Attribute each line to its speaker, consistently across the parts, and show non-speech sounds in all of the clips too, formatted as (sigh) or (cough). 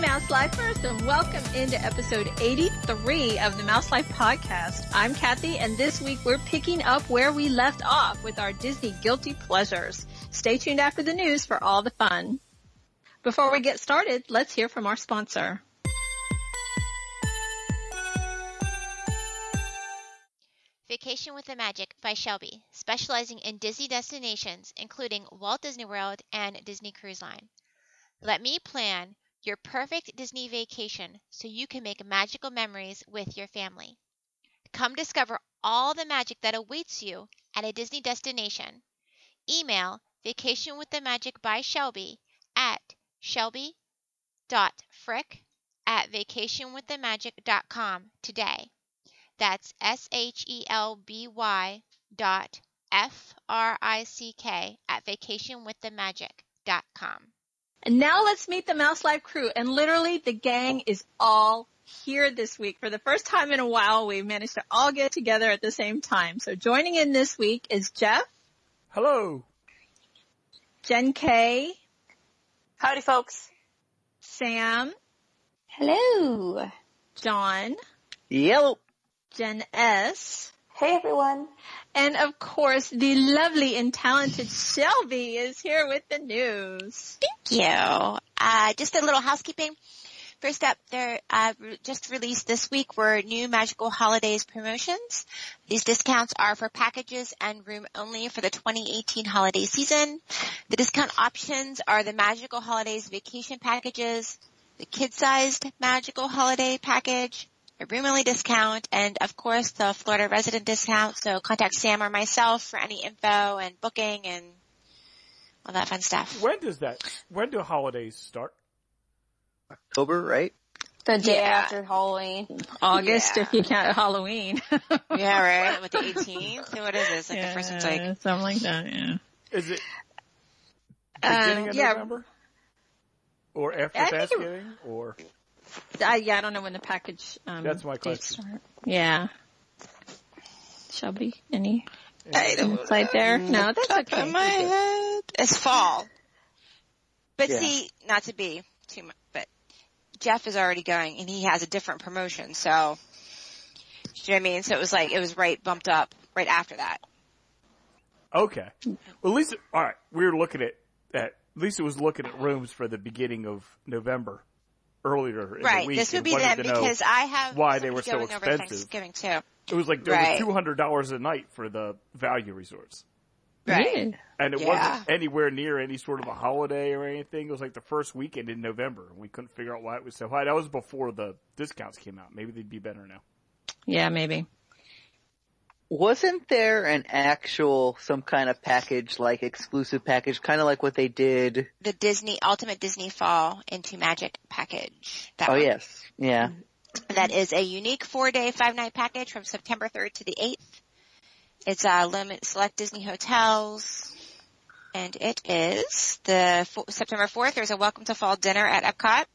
Speaker 1: Mouse Lifers, and welcome into episode 83 of the Mouse Life Podcast. I'm Kathy, and this week we're picking up where we left off with our Disney guilty pleasures. Stay tuned after the news for all the fun. Before we get started, let's hear from our sponsor.
Speaker 2: Vacation with the Magic by Shelby, specializing in Disney destinations, including Walt Disney World and Disney Cruise Line. Let me plan your perfect Disney vacation so you can make magical memories with your family. Come discover all the magic that awaits you at a Disney destination. Email Vacation with the Magic by Shelby at shelby.frick at vacationwiththemagic.com today. That's S H E L B Y dot F R I C K at vacationwiththemagic.com.
Speaker 1: And now let's meet the Mouse Life crew. And literally the gang is all here this week. For the first time in a while, we've managed to all get together at the same time. So joining in this week is Jeff,
Speaker 3: Hello.
Speaker 1: Jen K,
Speaker 4: Howdy, folks.
Speaker 1: Sam,
Speaker 5: Hello.
Speaker 1: John,
Speaker 3: Yellow.
Speaker 1: Jen S,
Speaker 4: Hey, everyone.
Speaker 1: and of course the lovely and talented Shelby is here with the news.
Speaker 5: You.
Speaker 2: Uh, just a little housekeeping. First up, there uh, re- just released this week were new Magical Holidays promotions. These discounts are for packages and room only for the 2018 holiday season. The discount options are the Magical Holidays vacation packages, the kid-sized Magical Holiday package, a room only discount, and of course the Florida resident discount. So contact Sam or myself for any info and booking and all that fun stuff.
Speaker 3: When does that? When do holidays start?
Speaker 6: October, right?
Speaker 5: The day
Speaker 2: Yeah.
Speaker 5: after Halloween.
Speaker 1: August
Speaker 2: Yeah.
Speaker 1: if you count Halloween. (laughs)
Speaker 2: Yeah, right. With the 18th, what is this? Like the first one's like
Speaker 1: something like that. Yeah.
Speaker 3: Is it
Speaker 2: Uh,
Speaker 3: beginning
Speaker 1: Um,
Speaker 3: of
Speaker 1: yeah,
Speaker 3: November? Or after
Speaker 1: I think it-
Speaker 3: Thanksgiving? Or
Speaker 1: I, yeah, I don't know when the package. Um,
Speaker 3: That's my
Speaker 1: dates
Speaker 3: question.
Speaker 1: start. Yeah. Shelby, any insight there? No, that's okay.
Speaker 2: my head. It's fall, but
Speaker 3: Yeah.
Speaker 2: see, not to be too much, but Jeff is already going, and he has a different promotion. So, do you know what I mean? So it was like it was right bumped up right after that.
Speaker 3: okay. Well, at least all right. We were looking at at least it was looking at rooms for the beginning of November earlier in
Speaker 2: right.
Speaker 3: the week.
Speaker 2: this would
Speaker 3: and
Speaker 2: be
Speaker 3: wanted
Speaker 2: them
Speaker 3: to know-
Speaker 2: because I have
Speaker 3: why they were so
Speaker 2: somebody going over
Speaker 3: expensive.
Speaker 2: Thanksgiving too.
Speaker 3: it was like there
Speaker 2: Right.
Speaker 3: was two hundred dollars a night for the value resorts.
Speaker 2: Right.
Speaker 3: And it
Speaker 2: Yeah.
Speaker 3: wasn't anywhere near any sort of a holiday or anything. It was like the first weekend in November. We couldn't figure out why it was so high. That was before the discounts came out. Maybe they'd be better now.
Speaker 1: Yeah, maybe.
Speaker 6: Wasn't there an actual, some kind of package, like exclusive package, kind of like what they did?
Speaker 2: The Disney Ultimate Disney Fall into Magic package. That
Speaker 6: Oh
Speaker 2: one.
Speaker 6: yes, yeah.
Speaker 2: That is a unique four-day, five-night package from September 3rd to the 8th. It's uh, limit select Disney hotels, and it is the fo- September 4th. There's a Welcome to Fall dinner at Epcot.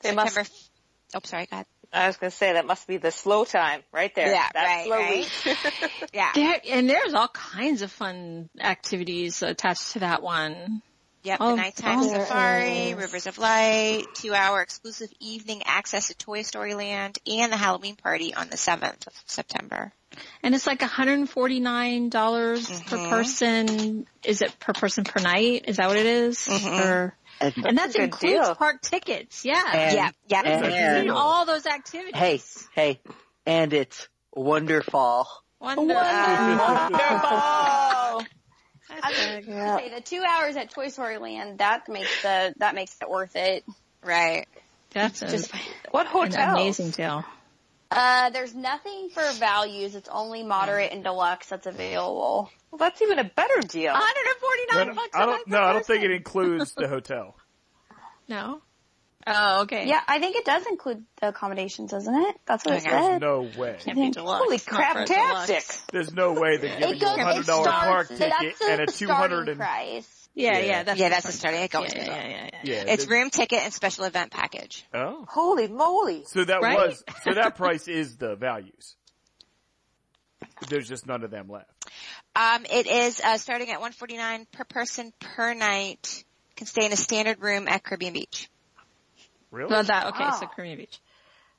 Speaker 4: They must-
Speaker 2: September. F- oh, sorry, go ahead.
Speaker 4: I was going to say that must be the slow time right there.
Speaker 2: Yeah,
Speaker 4: That's
Speaker 2: right,
Speaker 4: slow
Speaker 2: right.
Speaker 4: week. (laughs)
Speaker 2: Yeah.
Speaker 1: There and there's all kinds of fun activities attached to that one.
Speaker 2: Yep,
Speaker 1: Oh,
Speaker 2: the nighttime
Speaker 1: oh.
Speaker 2: safari, Rivers of Light, two-hour exclusive evening access to Toy Story Land, and the Halloween party on the 7th of September.
Speaker 1: And it's like $149 dollars per
Speaker 2: Mhm.
Speaker 1: person. Is it per person per night? Is that what it is?
Speaker 2: Mhm.
Speaker 1: Or, and that
Speaker 4: a good
Speaker 1: includes
Speaker 4: deal.
Speaker 1: park tickets. Yeah.
Speaker 6: And-
Speaker 2: yeah, yeah.
Speaker 6: and-
Speaker 1: And
Speaker 3: Yeah.
Speaker 1: all those activities.
Speaker 6: Hey, hey, and it's wonderful.
Speaker 1: Wonderful.
Speaker 4: Wonderful.
Speaker 5: I mean, say the two hours at Toy Story Land that makes the that makes it worth it.
Speaker 2: Right.
Speaker 1: That's a,
Speaker 5: Just
Speaker 4: what
Speaker 1: an
Speaker 4: hotel?
Speaker 1: amazing deal.
Speaker 5: uh, there's nothing for values. It's only moderate and deluxe that's available.
Speaker 4: Well, that's even a better deal.
Speaker 1: 149
Speaker 3: No, no,
Speaker 1: bucks
Speaker 3: I
Speaker 1: a night
Speaker 3: don't,
Speaker 1: per
Speaker 3: no, I don't think it
Speaker 1: person.
Speaker 3: includes the hotel.
Speaker 1: No. Oh, okay.
Speaker 5: Yeah, I think it does include the accommodations, doesn't it? That's what (laughs) it
Speaker 2: Okay.
Speaker 3: There's
Speaker 5: said.
Speaker 3: no way.
Speaker 1: Can't be deluxe.
Speaker 4: Holy
Speaker 1: It's not for a deluxe.
Speaker 4: craptastic.
Speaker 3: There's no way they're giving
Speaker 5: It
Speaker 3: you a
Speaker 5: goes.
Speaker 3: hundred
Speaker 5: It
Speaker 3: dollar
Speaker 5: starts.
Speaker 3: park ticket
Speaker 5: that's the
Speaker 3: and a two hundred
Speaker 5: starting
Speaker 3: and
Speaker 5: price.
Speaker 1: Yeah,
Speaker 3: Yeah.
Speaker 1: yeah. That's
Speaker 2: Yeah, that's the starting. It goes
Speaker 1: Yeah,
Speaker 2: with it.
Speaker 1: yeah, yeah, yeah.
Speaker 3: yeah.
Speaker 2: It's
Speaker 3: they-
Speaker 2: room ticket and special event package.
Speaker 3: oh,
Speaker 4: Holy moly.
Speaker 3: so that
Speaker 1: Right?
Speaker 3: was so
Speaker 5: (laughs)
Speaker 3: that price is the values. There's just none of them left.
Speaker 2: Um, it is uh, starting at 149 per person per night. Can stay in a standard room at Caribbean Beach.
Speaker 3: Really?
Speaker 1: Well, that okay, so
Speaker 4: Wow.
Speaker 1: Crimea Beach,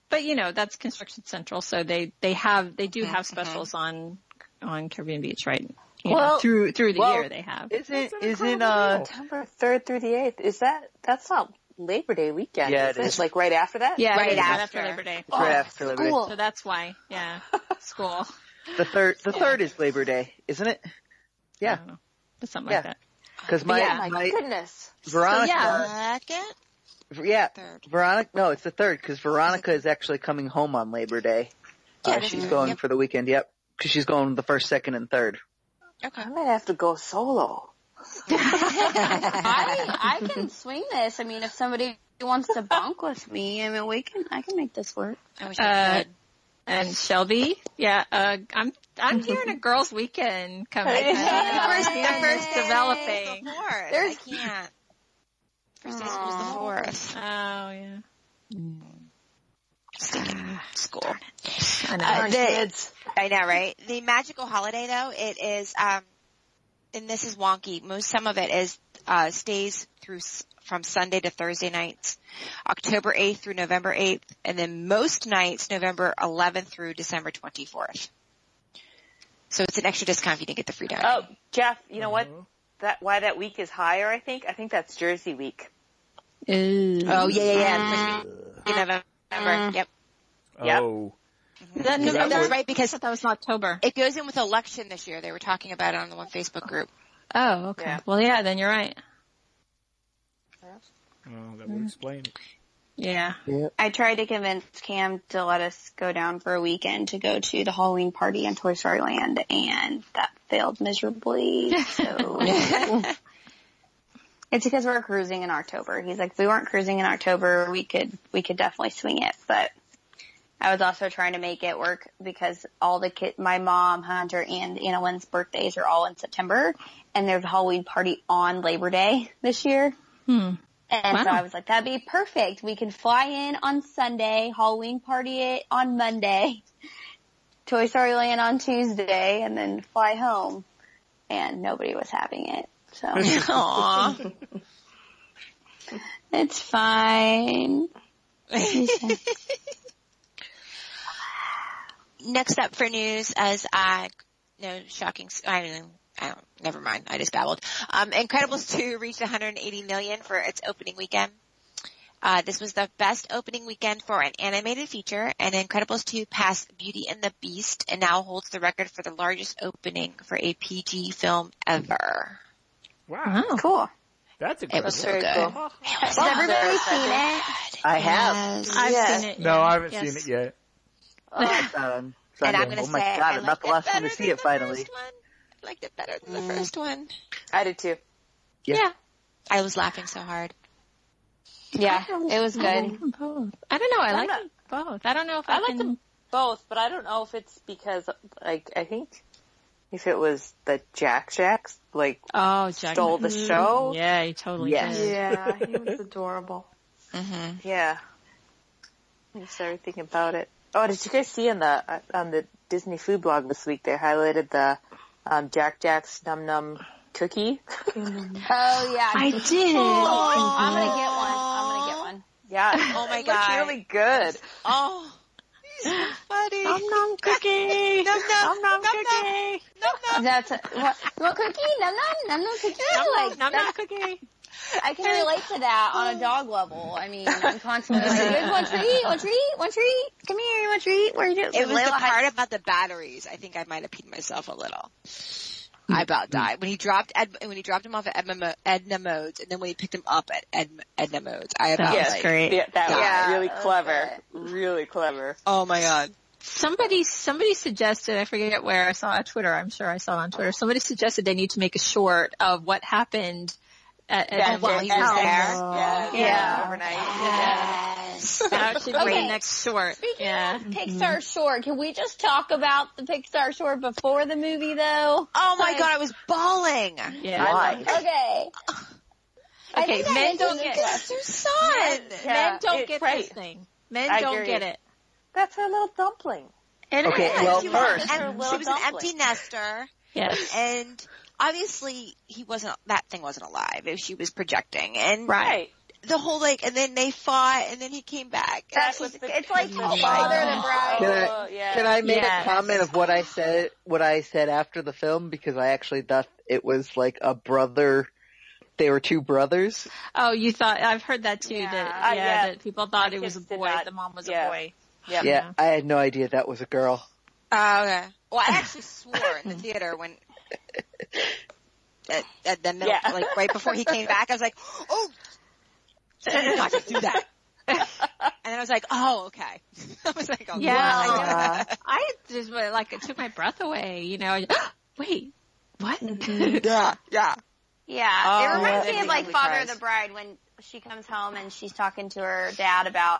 Speaker 1: but you know that's construction central, so they they have they do have specials on on Caribbean Beach, right? You know,
Speaker 6: Well,
Speaker 1: through through the
Speaker 6: well,
Speaker 1: year they have.
Speaker 6: Isn't
Speaker 3: That's
Speaker 6: isn't
Speaker 3: incredible.
Speaker 6: uh
Speaker 4: September 3rd through the 8th. Is that, that's not Labor Day weekend.
Speaker 6: Yeah,
Speaker 4: is
Speaker 6: it
Speaker 4: it?
Speaker 6: is.
Speaker 4: Like right after that?
Speaker 1: Yeah,
Speaker 2: Right
Speaker 1: it is
Speaker 2: after.
Speaker 1: Labor Day. Oh,
Speaker 6: right after Labor Day?
Speaker 1: So that's why, yeah, (laughs) school.
Speaker 6: The third the third is Labor Day, isn't it?
Speaker 1: I
Speaker 6: Yeah,
Speaker 1: don't know, but something
Speaker 6: Yeah.
Speaker 1: like that.
Speaker 6: because my,
Speaker 1: Yeah.
Speaker 4: My
Speaker 6: my
Speaker 4: goodness.
Speaker 6: Veronica,
Speaker 1: yeah.
Speaker 2: Second,
Speaker 6: yeah,
Speaker 2: third.
Speaker 6: Veronica. No, it's the third because Veronica is actually coming home on Labor Day.
Speaker 2: Yeah,
Speaker 6: Uh,
Speaker 2: that's
Speaker 6: she's
Speaker 2: right.
Speaker 6: going
Speaker 2: Yep.
Speaker 6: for the weekend. Yep, because she's going the first, second, and third.
Speaker 2: Okay.
Speaker 4: I might have to go solo.
Speaker 5: I I can swing this. I mean, if somebody wants to bonk with me, I mean, we can. I can make this work.
Speaker 2: I wish I
Speaker 1: Uh,
Speaker 2: could.
Speaker 1: And Shelby, yeah, uh, I'm I'm hearing a girls' weekend (laughs) coming.
Speaker 4: Yeah.
Speaker 1: I'm
Speaker 2: The first-
Speaker 1: hearing
Speaker 2: the
Speaker 1: this
Speaker 2: first
Speaker 1: developing.
Speaker 2: The fourth.
Speaker 5: There's-
Speaker 2: I can't. First day school's the
Speaker 5: Aw.
Speaker 1: Oh
Speaker 2: fourth.
Speaker 1: yeah,
Speaker 2: School.
Speaker 1: I know.
Speaker 2: Uh, the-
Speaker 4: kids.
Speaker 2: I know, right? The magical holiday though, it is, um, and this is wonky. Most some of it is uh, stays through s- from Sunday to Thursday nights, October eighth through November eighth, and then most nights November eleventh through December twenty fourth. So it's an extra discount if you didn't get the free dining.
Speaker 4: Oh, Jeff, you know what? That why that week is higher. I think. I think that's Jersey week.
Speaker 2: Oh, yeah, yeah, yeah. First week in November.
Speaker 4: Mm.
Speaker 2: Yep.
Speaker 4: Yep.
Speaker 3: Oh,
Speaker 1: That, no,
Speaker 2: No,
Speaker 1: that,
Speaker 2: that's
Speaker 1: was,
Speaker 2: right because
Speaker 1: that was in October.
Speaker 2: it goes in with election this year. They were talking about it on the one Facebook (laughs) group.
Speaker 1: Oh, okay.
Speaker 4: Yeah.
Speaker 1: Well, yeah, then you're right.
Speaker 3: oh, that would explain it.
Speaker 1: Yeah.
Speaker 5: I tried to convince Cam to let us go down for a weekend to go to the Halloween party in Toy Story Land, and that failed miserably. So it's because we're cruising in October. He's like, if we weren't cruising in October, we could we could definitely swing it. But I was also trying to make it work because all the kid, my mom, Hunter, and Anna Lynn's birthdays are all in September, and there's a Halloween party on Labor Day this year.
Speaker 1: Hmm.
Speaker 5: And so
Speaker 1: Wow.
Speaker 5: I was like, that'd be perfect. We can fly in on Sunday, Halloween party it on Monday, (laughs) Toy Story Land on Tuesday, and then fly home. And nobody was having it.
Speaker 1: (laughs)
Speaker 5: So
Speaker 2: Aww.
Speaker 5: (laughs) it's fine.
Speaker 2: (laughs) Next up for news as I no shocking s- I don't know. I don't never mind. I just babbled. Um Incredibles 2 reached 180 million for its opening weekend. Uh, this was the best opening weekend for an animated feature, and Incredibles 2 passed Beauty and the Beast and now holds the record for the largest opening for a PG film ever.
Speaker 1: Uh-huh.
Speaker 3: Wow,
Speaker 1: Oh.
Speaker 5: Cool.
Speaker 3: that's
Speaker 2: It
Speaker 3: incredible.
Speaker 2: was so
Speaker 4: Very
Speaker 2: good.
Speaker 4: cool.
Speaker 5: Has everybody seen it?
Speaker 6: I have.
Speaker 2: Yes.
Speaker 1: I've
Speaker 4: Yeah.
Speaker 1: seen it.
Speaker 3: No,
Speaker 1: yeah.
Speaker 3: I haven't
Speaker 1: Yes.
Speaker 3: seen it yet.
Speaker 6: on
Speaker 2: And
Speaker 6: Sunday.
Speaker 2: I'm gonna
Speaker 6: oh my
Speaker 2: say,
Speaker 6: god,
Speaker 2: I
Speaker 6: I'm not
Speaker 2: liked
Speaker 6: the last one
Speaker 2: better
Speaker 6: to see
Speaker 2: than
Speaker 6: it
Speaker 2: the
Speaker 6: finally.
Speaker 2: first one. I liked it better than the first one.
Speaker 4: I did too.
Speaker 6: Yeah.
Speaker 2: yeah. I was laughing so hard.
Speaker 5: Yeah, it was good.
Speaker 1: Oh, Both. I don't know. I like
Speaker 4: not-
Speaker 1: them both. I don't know if I,
Speaker 4: I like
Speaker 1: can.
Speaker 4: them both, but I don't know if it's because like I think if it was the Jack Jacks, like
Speaker 1: Oh, Jack Mm-hmm.
Speaker 4: stole the show.
Speaker 1: Yeah, he totally
Speaker 6: Yes.
Speaker 1: did.
Speaker 4: Yeah, he was adorable.
Speaker 2: Mm-hmm.
Speaker 4: Yeah. I just everything about it. Oh, did you guys see on the uh, on the Disney food blog this week? They highlighted the um, Jack Jack's Num Num cookie. (laughs)
Speaker 5: Oh yeah.
Speaker 1: I did.
Speaker 5: Oh, I'm gonna get one. I'm gonna get one.
Speaker 4: yeah.
Speaker 2: Oh my
Speaker 4: It looks
Speaker 2: God.
Speaker 4: really good.
Speaker 2: Oh, he's (laughs) so funny. Nom nom
Speaker 1: cookie.
Speaker 2: (laughs) nom nom nom nom
Speaker 1: cookie.
Speaker 2: nom.
Speaker 5: That's a, what, what cookie? Num num num num cookie. like
Speaker 1: Nom
Speaker 5: that's
Speaker 1: nom cookie.
Speaker 5: I can relate to that on a dog level. I mean, I'm constantly like, "Here's one treat, one treat, one treat. Come here, one treat. Where are you doing?
Speaker 2: It was
Speaker 5: Layla
Speaker 2: the
Speaker 5: had-
Speaker 2: part about the batteries. I think I might have peed myself a little.
Speaker 1: Mm.
Speaker 2: I about died when he dropped Ed, when he dropped him off at Edna, Mo- Edna Modes, and then when he picked him up at Ed, Edna Modes. I about
Speaker 1: That
Speaker 2: like,
Speaker 1: was great.
Speaker 4: Yeah, that
Speaker 2: Yeah,
Speaker 4: was really
Speaker 5: that was
Speaker 4: clever. Really clever.
Speaker 2: oh my god.
Speaker 1: Somebody, somebody suggested, I forget where I saw it on Twitter, I'm sure I saw it on Twitter, somebody suggested they need to make a short of what happened at, at
Speaker 2: Oh, while he was
Speaker 1: Edna's
Speaker 2: there.
Speaker 4: Yeah.
Speaker 1: house. Yeah.
Speaker 2: Overnight.
Speaker 5: Yes.
Speaker 1: That should be
Speaker 5: Okay.
Speaker 1: the next short.
Speaker 5: Speaking
Speaker 1: yeah.
Speaker 5: of Pixar short, can we just talk about the Pixar short before the movie though?
Speaker 2: Oh my god, I was bawling.
Speaker 1: Yeah.
Speaker 6: Why?
Speaker 5: Okay. I
Speaker 1: Okay,
Speaker 5: think
Speaker 1: men
Speaker 5: I mentioned
Speaker 1: don't
Speaker 5: this
Speaker 1: get-
Speaker 5: last-
Speaker 2: Your son.
Speaker 4: Yeah,
Speaker 1: Men don't
Speaker 4: it-
Speaker 1: get
Speaker 4: right.
Speaker 1: this thing. Men
Speaker 4: I
Speaker 1: don't
Speaker 4: agree.
Speaker 1: get it.
Speaker 4: That's her little dumpling.
Speaker 6: Okay,
Speaker 2: Yeah,
Speaker 6: well
Speaker 2: she was, an
Speaker 6: first,
Speaker 2: em-
Speaker 4: Her little
Speaker 2: she was an
Speaker 4: dumpling.
Speaker 2: empty nester.
Speaker 1: Yes.
Speaker 2: and obviously he wasn't that thing wasn't alive if she was projecting and
Speaker 1: Right.
Speaker 4: Right.
Speaker 2: the whole like, and then they fought, and then he came back.
Speaker 5: That's
Speaker 4: was the-
Speaker 5: it's like
Speaker 4: Oh,
Speaker 5: father
Speaker 4: my
Speaker 5: and bride.
Speaker 6: Can I-
Speaker 4: Oh, yeah.
Speaker 6: Can I make
Speaker 5: Yes.
Speaker 6: a comment of what I said, what I said after the film? Because I actually thought it was like a brother, they were two brothers.
Speaker 1: (laughs) Oh, you thought I've heard that too.
Speaker 5: Yeah.
Speaker 1: That
Speaker 4: Uh,
Speaker 1: yeah,
Speaker 4: yeah.
Speaker 1: that people thought
Speaker 4: The
Speaker 1: it was a
Speaker 4: kids did
Speaker 1: boy.
Speaker 4: not-
Speaker 1: The mom was
Speaker 4: yeah.
Speaker 1: a
Speaker 4: (laughs)
Speaker 1: boy.
Speaker 4: Yeah.
Speaker 6: Yeah, I had no idea that was a girl.
Speaker 2: Oh, okay. Well,
Speaker 6: (laughs)
Speaker 2: I actually swore in the theater when. At, at the middle,
Speaker 4: Yeah.
Speaker 2: like right before he came back, I was like, "Oh, you got to do that," and then I was like, "Oh, okay." (laughs) I was like, "Oh,
Speaker 1: Yeah.
Speaker 2: I know
Speaker 4: Aw.
Speaker 2: that."
Speaker 1: I just uh, like it took my breath away. You know, (gasps) wait, what? (laughs)
Speaker 2: yeah, yeah."
Speaker 5: Yeah,
Speaker 2: Oh,
Speaker 5: it reminds
Speaker 2: yeah.
Speaker 5: me of like
Speaker 2: Totally
Speaker 5: Father
Speaker 2: cries.
Speaker 5: of the Bride when she comes home and she's talking to her dad about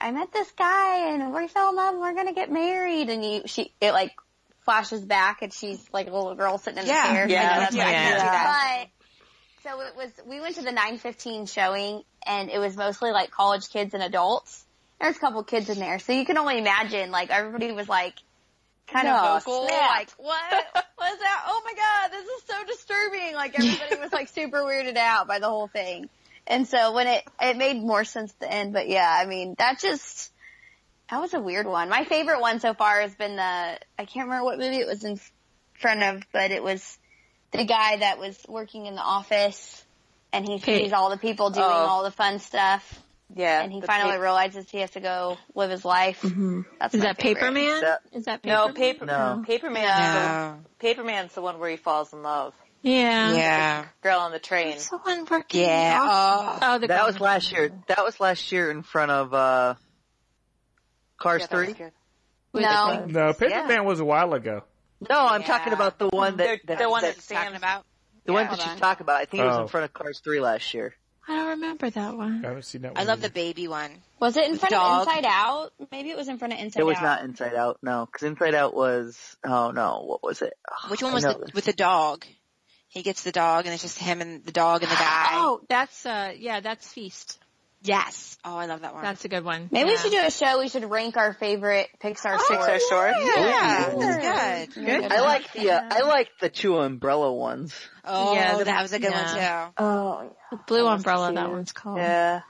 Speaker 5: I met this guy and we fell in love and we're gonna get married and you she it like flashes back and she's like a little girl sitting in
Speaker 2: Yeah.
Speaker 5: the chair.
Speaker 4: Yeah.
Speaker 5: I know that's
Speaker 2: Yeah.
Speaker 5: what I
Speaker 2: Yeah.
Speaker 5: meant,
Speaker 2: Yeah.
Speaker 5: But so it was we went to the nine fifteen showing and it was mostly like college kids and adults. There's a couple kids in there, so you can only imagine like everybody was like kind
Speaker 2: No,
Speaker 5: of vocal,
Speaker 2: snap.
Speaker 5: like what was that? Oh my god, this is so disturbing!
Speaker 2: (laughs)
Speaker 5: Like everybody was like super weirded out by the whole thing, and so when it it made more sense at the end. But yeah, I mean that just that was a weird one. My favorite one so far has been the I can't remember what movie it was in front of, but it was the guy that was working in the office, and he
Speaker 1: Pete.
Speaker 5: sees all the people doing
Speaker 4: Oh.
Speaker 5: all the fun stuff,
Speaker 4: Yeah.
Speaker 5: and he
Speaker 4: the
Speaker 5: finally
Speaker 4: pa-
Speaker 5: realizes he has to go live his life. That's
Speaker 1: Mm-hmm. Is
Speaker 5: my
Speaker 1: that
Speaker 5: favorite.
Speaker 1: Paperman?
Speaker 6: That-
Speaker 1: Is that Paperman?
Speaker 4: No, paper.
Speaker 6: No.
Speaker 4: Paperman's
Speaker 2: (laughs) No.
Speaker 4: the Paperman's the one where he falls in love.
Speaker 1: Yeah.
Speaker 2: Yeah.
Speaker 4: Girl on the train.
Speaker 1: Someone working.
Speaker 2: Yeah.
Speaker 1: off-
Speaker 2: Oh.
Speaker 1: Oh, the
Speaker 6: That
Speaker 1: girl-
Speaker 6: was last year. That was last year in front of uh Cars
Speaker 4: Yeah, that was
Speaker 6: Three.
Speaker 4: good.
Speaker 1: with
Speaker 5: No.
Speaker 1: the thing.
Speaker 3: No, Paperman was a while ago.
Speaker 6: No, I'm
Speaker 2: Yeah.
Speaker 6: talking about the one that,
Speaker 4: The-
Speaker 6: that
Speaker 4: the one
Speaker 6: that,
Speaker 4: that
Speaker 2: Talking
Speaker 4: Sam
Speaker 2: about.
Speaker 6: the one
Speaker 2: yeah.
Speaker 6: that she's
Speaker 2: Hold on.
Speaker 6: talking about. I think it was
Speaker 3: Oh.
Speaker 6: in front of Cars Three last year.
Speaker 1: I don't remember that
Speaker 3: I
Speaker 1: one.
Speaker 3: haven't seen that.
Speaker 2: I
Speaker 3: one
Speaker 2: love the
Speaker 4: Mm.
Speaker 3: either.
Speaker 2: baby one.
Speaker 5: Was it in front
Speaker 2: Dog.
Speaker 5: of Inside Out? Maybe it was in front of Inside
Speaker 6: it was
Speaker 5: Out.
Speaker 6: not Inside Out. No, because Inside Out was oh no, what was it? Oh,
Speaker 2: Which one
Speaker 6: I
Speaker 2: was
Speaker 6: know
Speaker 2: the,
Speaker 6: this.
Speaker 2: with the dog? He gets the dog, and it's just him and the dog and the guy.
Speaker 1: (gasps) Oh, that's uh, yeah, that's Feast.
Speaker 2: yes. Oh, I love that one.
Speaker 1: That's a good one.
Speaker 5: Maybe we
Speaker 2: Yeah.
Speaker 5: should do a show. We should rank our favorite Pixar
Speaker 4: Pixar
Speaker 5: shorts.
Speaker 4: short.
Speaker 2: yeah,
Speaker 6: Ooh.
Speaker 2: that's good.
Speaker 6: I like the uh, I like the two umbrella ones.
Speaker 2: Oh,
Speaker 1: Yeah, the-
Speaker 2: that was a good
Speaker 1: yeah.
Speaker 2: one too.
Speaker 4: Oh,
Speaker 1: The Blue
Speaker 4: That was
Speaker 1: Umbrella. That
Speaker 4: cute.
Speaker 1: one's called.
Speaker 4: yeah.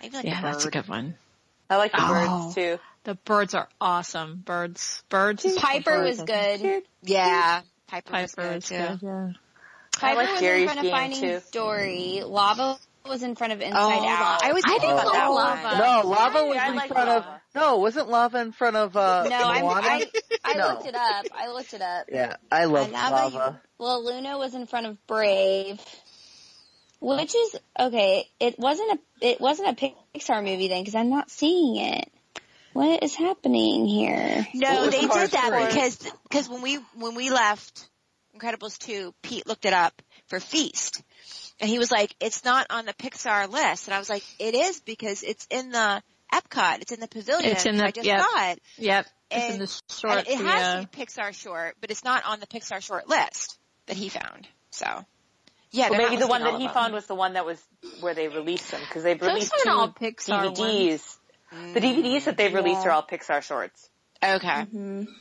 Speaker 2: Maybe like
Speaker 1: Yeah,
Speaker 2: a
Speaker 1: that's a
Speaker 2: bird.
Speaker 1: good one.
Speaker 4: I like the
Speaker 1: Oh.
Speaker 4: birds too.
Speaker 1: The birds are awesome. Birds, birds. is-
Speaker 5: Piper was good.
Speaker 2: Yeah, Piper, was
Speaker 1: Piper
Speaker 2: good
Speaker 1: is
Speaker 2: too.
Speaker 1: good. Yeah.
Speaker 5: Piper
Speaker 4: like
Speaker 5: was
Speaker 4: Jerry's
Speaker 5: in front of
Speaker 4: game,
Speaker 5: Finding
Speaker 4: too.
Speaker 5: Dory. Lava was in front of Inside
Speaker 2: Oh,
Speaker 5: Out.
Speaker 2: I always
Speaker 1: I
Speaker 2: think
Speaker 1: didn't
Speaker 2: about
Speaker 1: like
Speaker 2: that
Speaker 1: Lava.
Speaker 2: one.
Speaker 6: No, lava
Speaker 4: Right,
Speaker 6: was
Speaker 4: I
Speaker 6: in
Speaker 4: like
Speaker 6: front of
Speaker 4: lava.
Speaker 6: no, wasn't lava in front of uh
Speaker 5: no, I'm,
Speaker 6: Moana?
Speaker 5: I I
Speaker 6: No.
Speaker 5: looked it up. I looked it up.
Speaker 6: Yeah, I loved
Speaker 2: love how you-
Speaker 6: lava.
Speaker 5: Well, Luna was in front of Brave, which is okay. It wasn't a it wasn't a Pixar movie then because I'm not seeing it. What is happening here?
Speaker 6: What
Speaker 2: No,
Speaker 6: was the
Speaker 2: they did
Speaker 6: hardest
Speaker 2: that
Speaker 6: part?
Speaker 2: because because when we when we left Incredibles two, Pete looked it up for Feast, and he was like, "It's not on the Pixar list," and I was like, "It is because it's in the Epcot, it's in the pavilion.
Speaker 1: It's in the-
Speaker 2: I just
Speaker 1: yep.
Speaker 2: saw it.
Speaker 1: Yep. It's
Speaker 2: And-
Speaker 1: in the
Speaker 2: And
Speaker 1: short.
Speaker 2: it
Speaker 1: yeah.
Speaker 2: has to be Pixar short, but it's not on the Pixar short list that he found. So, yeah,
Speaker 4: Well,
Speaker 2: they're
Speaker 4: maybe
Speaker 2: not
Speaker 4: the one
Speaker 2: listing
Speaker 4: that
Speaker 2: all
Speaker 4: he
Speaker 2: of them.
Speaker 4: found was the one that was where they released them because they've
Speaker 1: Those
Speaker 4: released
Speaker 1: aren't
Speaker 4: two
Speaker 1: all Pixar
Speaker 4: DVDs. The DVDs that they've released
Speaker 5: Yeah.
Speaker 4: are all Pixar shorts.
Speaker 2: Mm, okay.
Speaker 4: Mm-hmm.
Speaker 5: hmm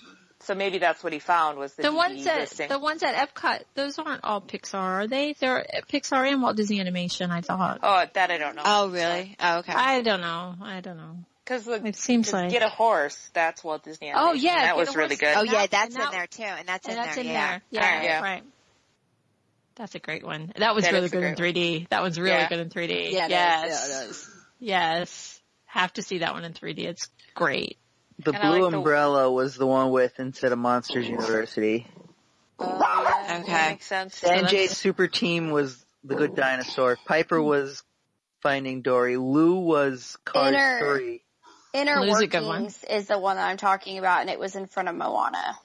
Speaker 4: So maybe that's what he found was the,
Speaker 1: The
Speaker 4: DVD
Speaker 1: ones that
Speaker 4: listing.
Speaker 1: the ones at Epcot, those aren't all Pixar, are they? They're Pixar and Walt Disney Animation. I thought.
Speaker 4: oh, that I don't know.
Speaker 2: Oh, really? Oh, okay.
Speaker 1: I don't know. I don't know.
Speaker 4: Because
Speaker 1: It seems like.
Speaker 4: Get a Horse, that's Walt Disney. Animation.
Speaker 1: Oh, yeah,
Speaker 4: that
Speaker 1: Get
Speaker 4: was
Speaker 1: a
Speaker 4: really
Speaker 1: Horse.
Speaker 4: good.
Speaker 2: oh,
Speaker 1: and
Speaker 2: yeah,
Speaker 1: that-
Speaker 2: that's
Speaker 1: and
Speaker 2: in
Speaker 1: that-
Speaker 2: there too, and that's
Speaker 1: and
Speaker 2: in
Speaker 1: that's
Speaker 2: there.
Speaker 1: in
Speaker 2: yeah.
Speaker 1: there. Yeah,
Speaker 4: Alright, yeah.
Speaker 1: right. That's a great one. That was
Speaker 4: That
Speaker 1: really
Speaker 4: is a
Speaker 1: good in
Speaker 4: great one.
Speaker 1: 3D. That one's really
Speaker 4: Yeah.
Speaker 1: good in 3D.
Speaker 2: Yeah, it is.
Speaker 1: yes.
Speaker 2: Yeah, it is.
Speaker 1: Yes. Have to see that one in 3D. It's great.
Speaker 6: The
Speaker 4: And I
Speaker 6: blue
Speaker 4: like the-
Speaker 6: umbrella was the one with instead of Monsters University.
Speaker 4: Oh, yeah,
Speaker 2: Okay.
Speaker 4: That makes sense.
Speaker 1: that's-
Speaker 6: Sanjay's super team was the good dinosaur. Piper was Finding Dory. Lou was Cars
Speaker 5: Inner.
Speaker 6: Three.
Speaker 5: Inner
Speaker 1: Lou's a good one.
Speaker 5: Workings is the one that I'm talking about, and it was in front of Moana.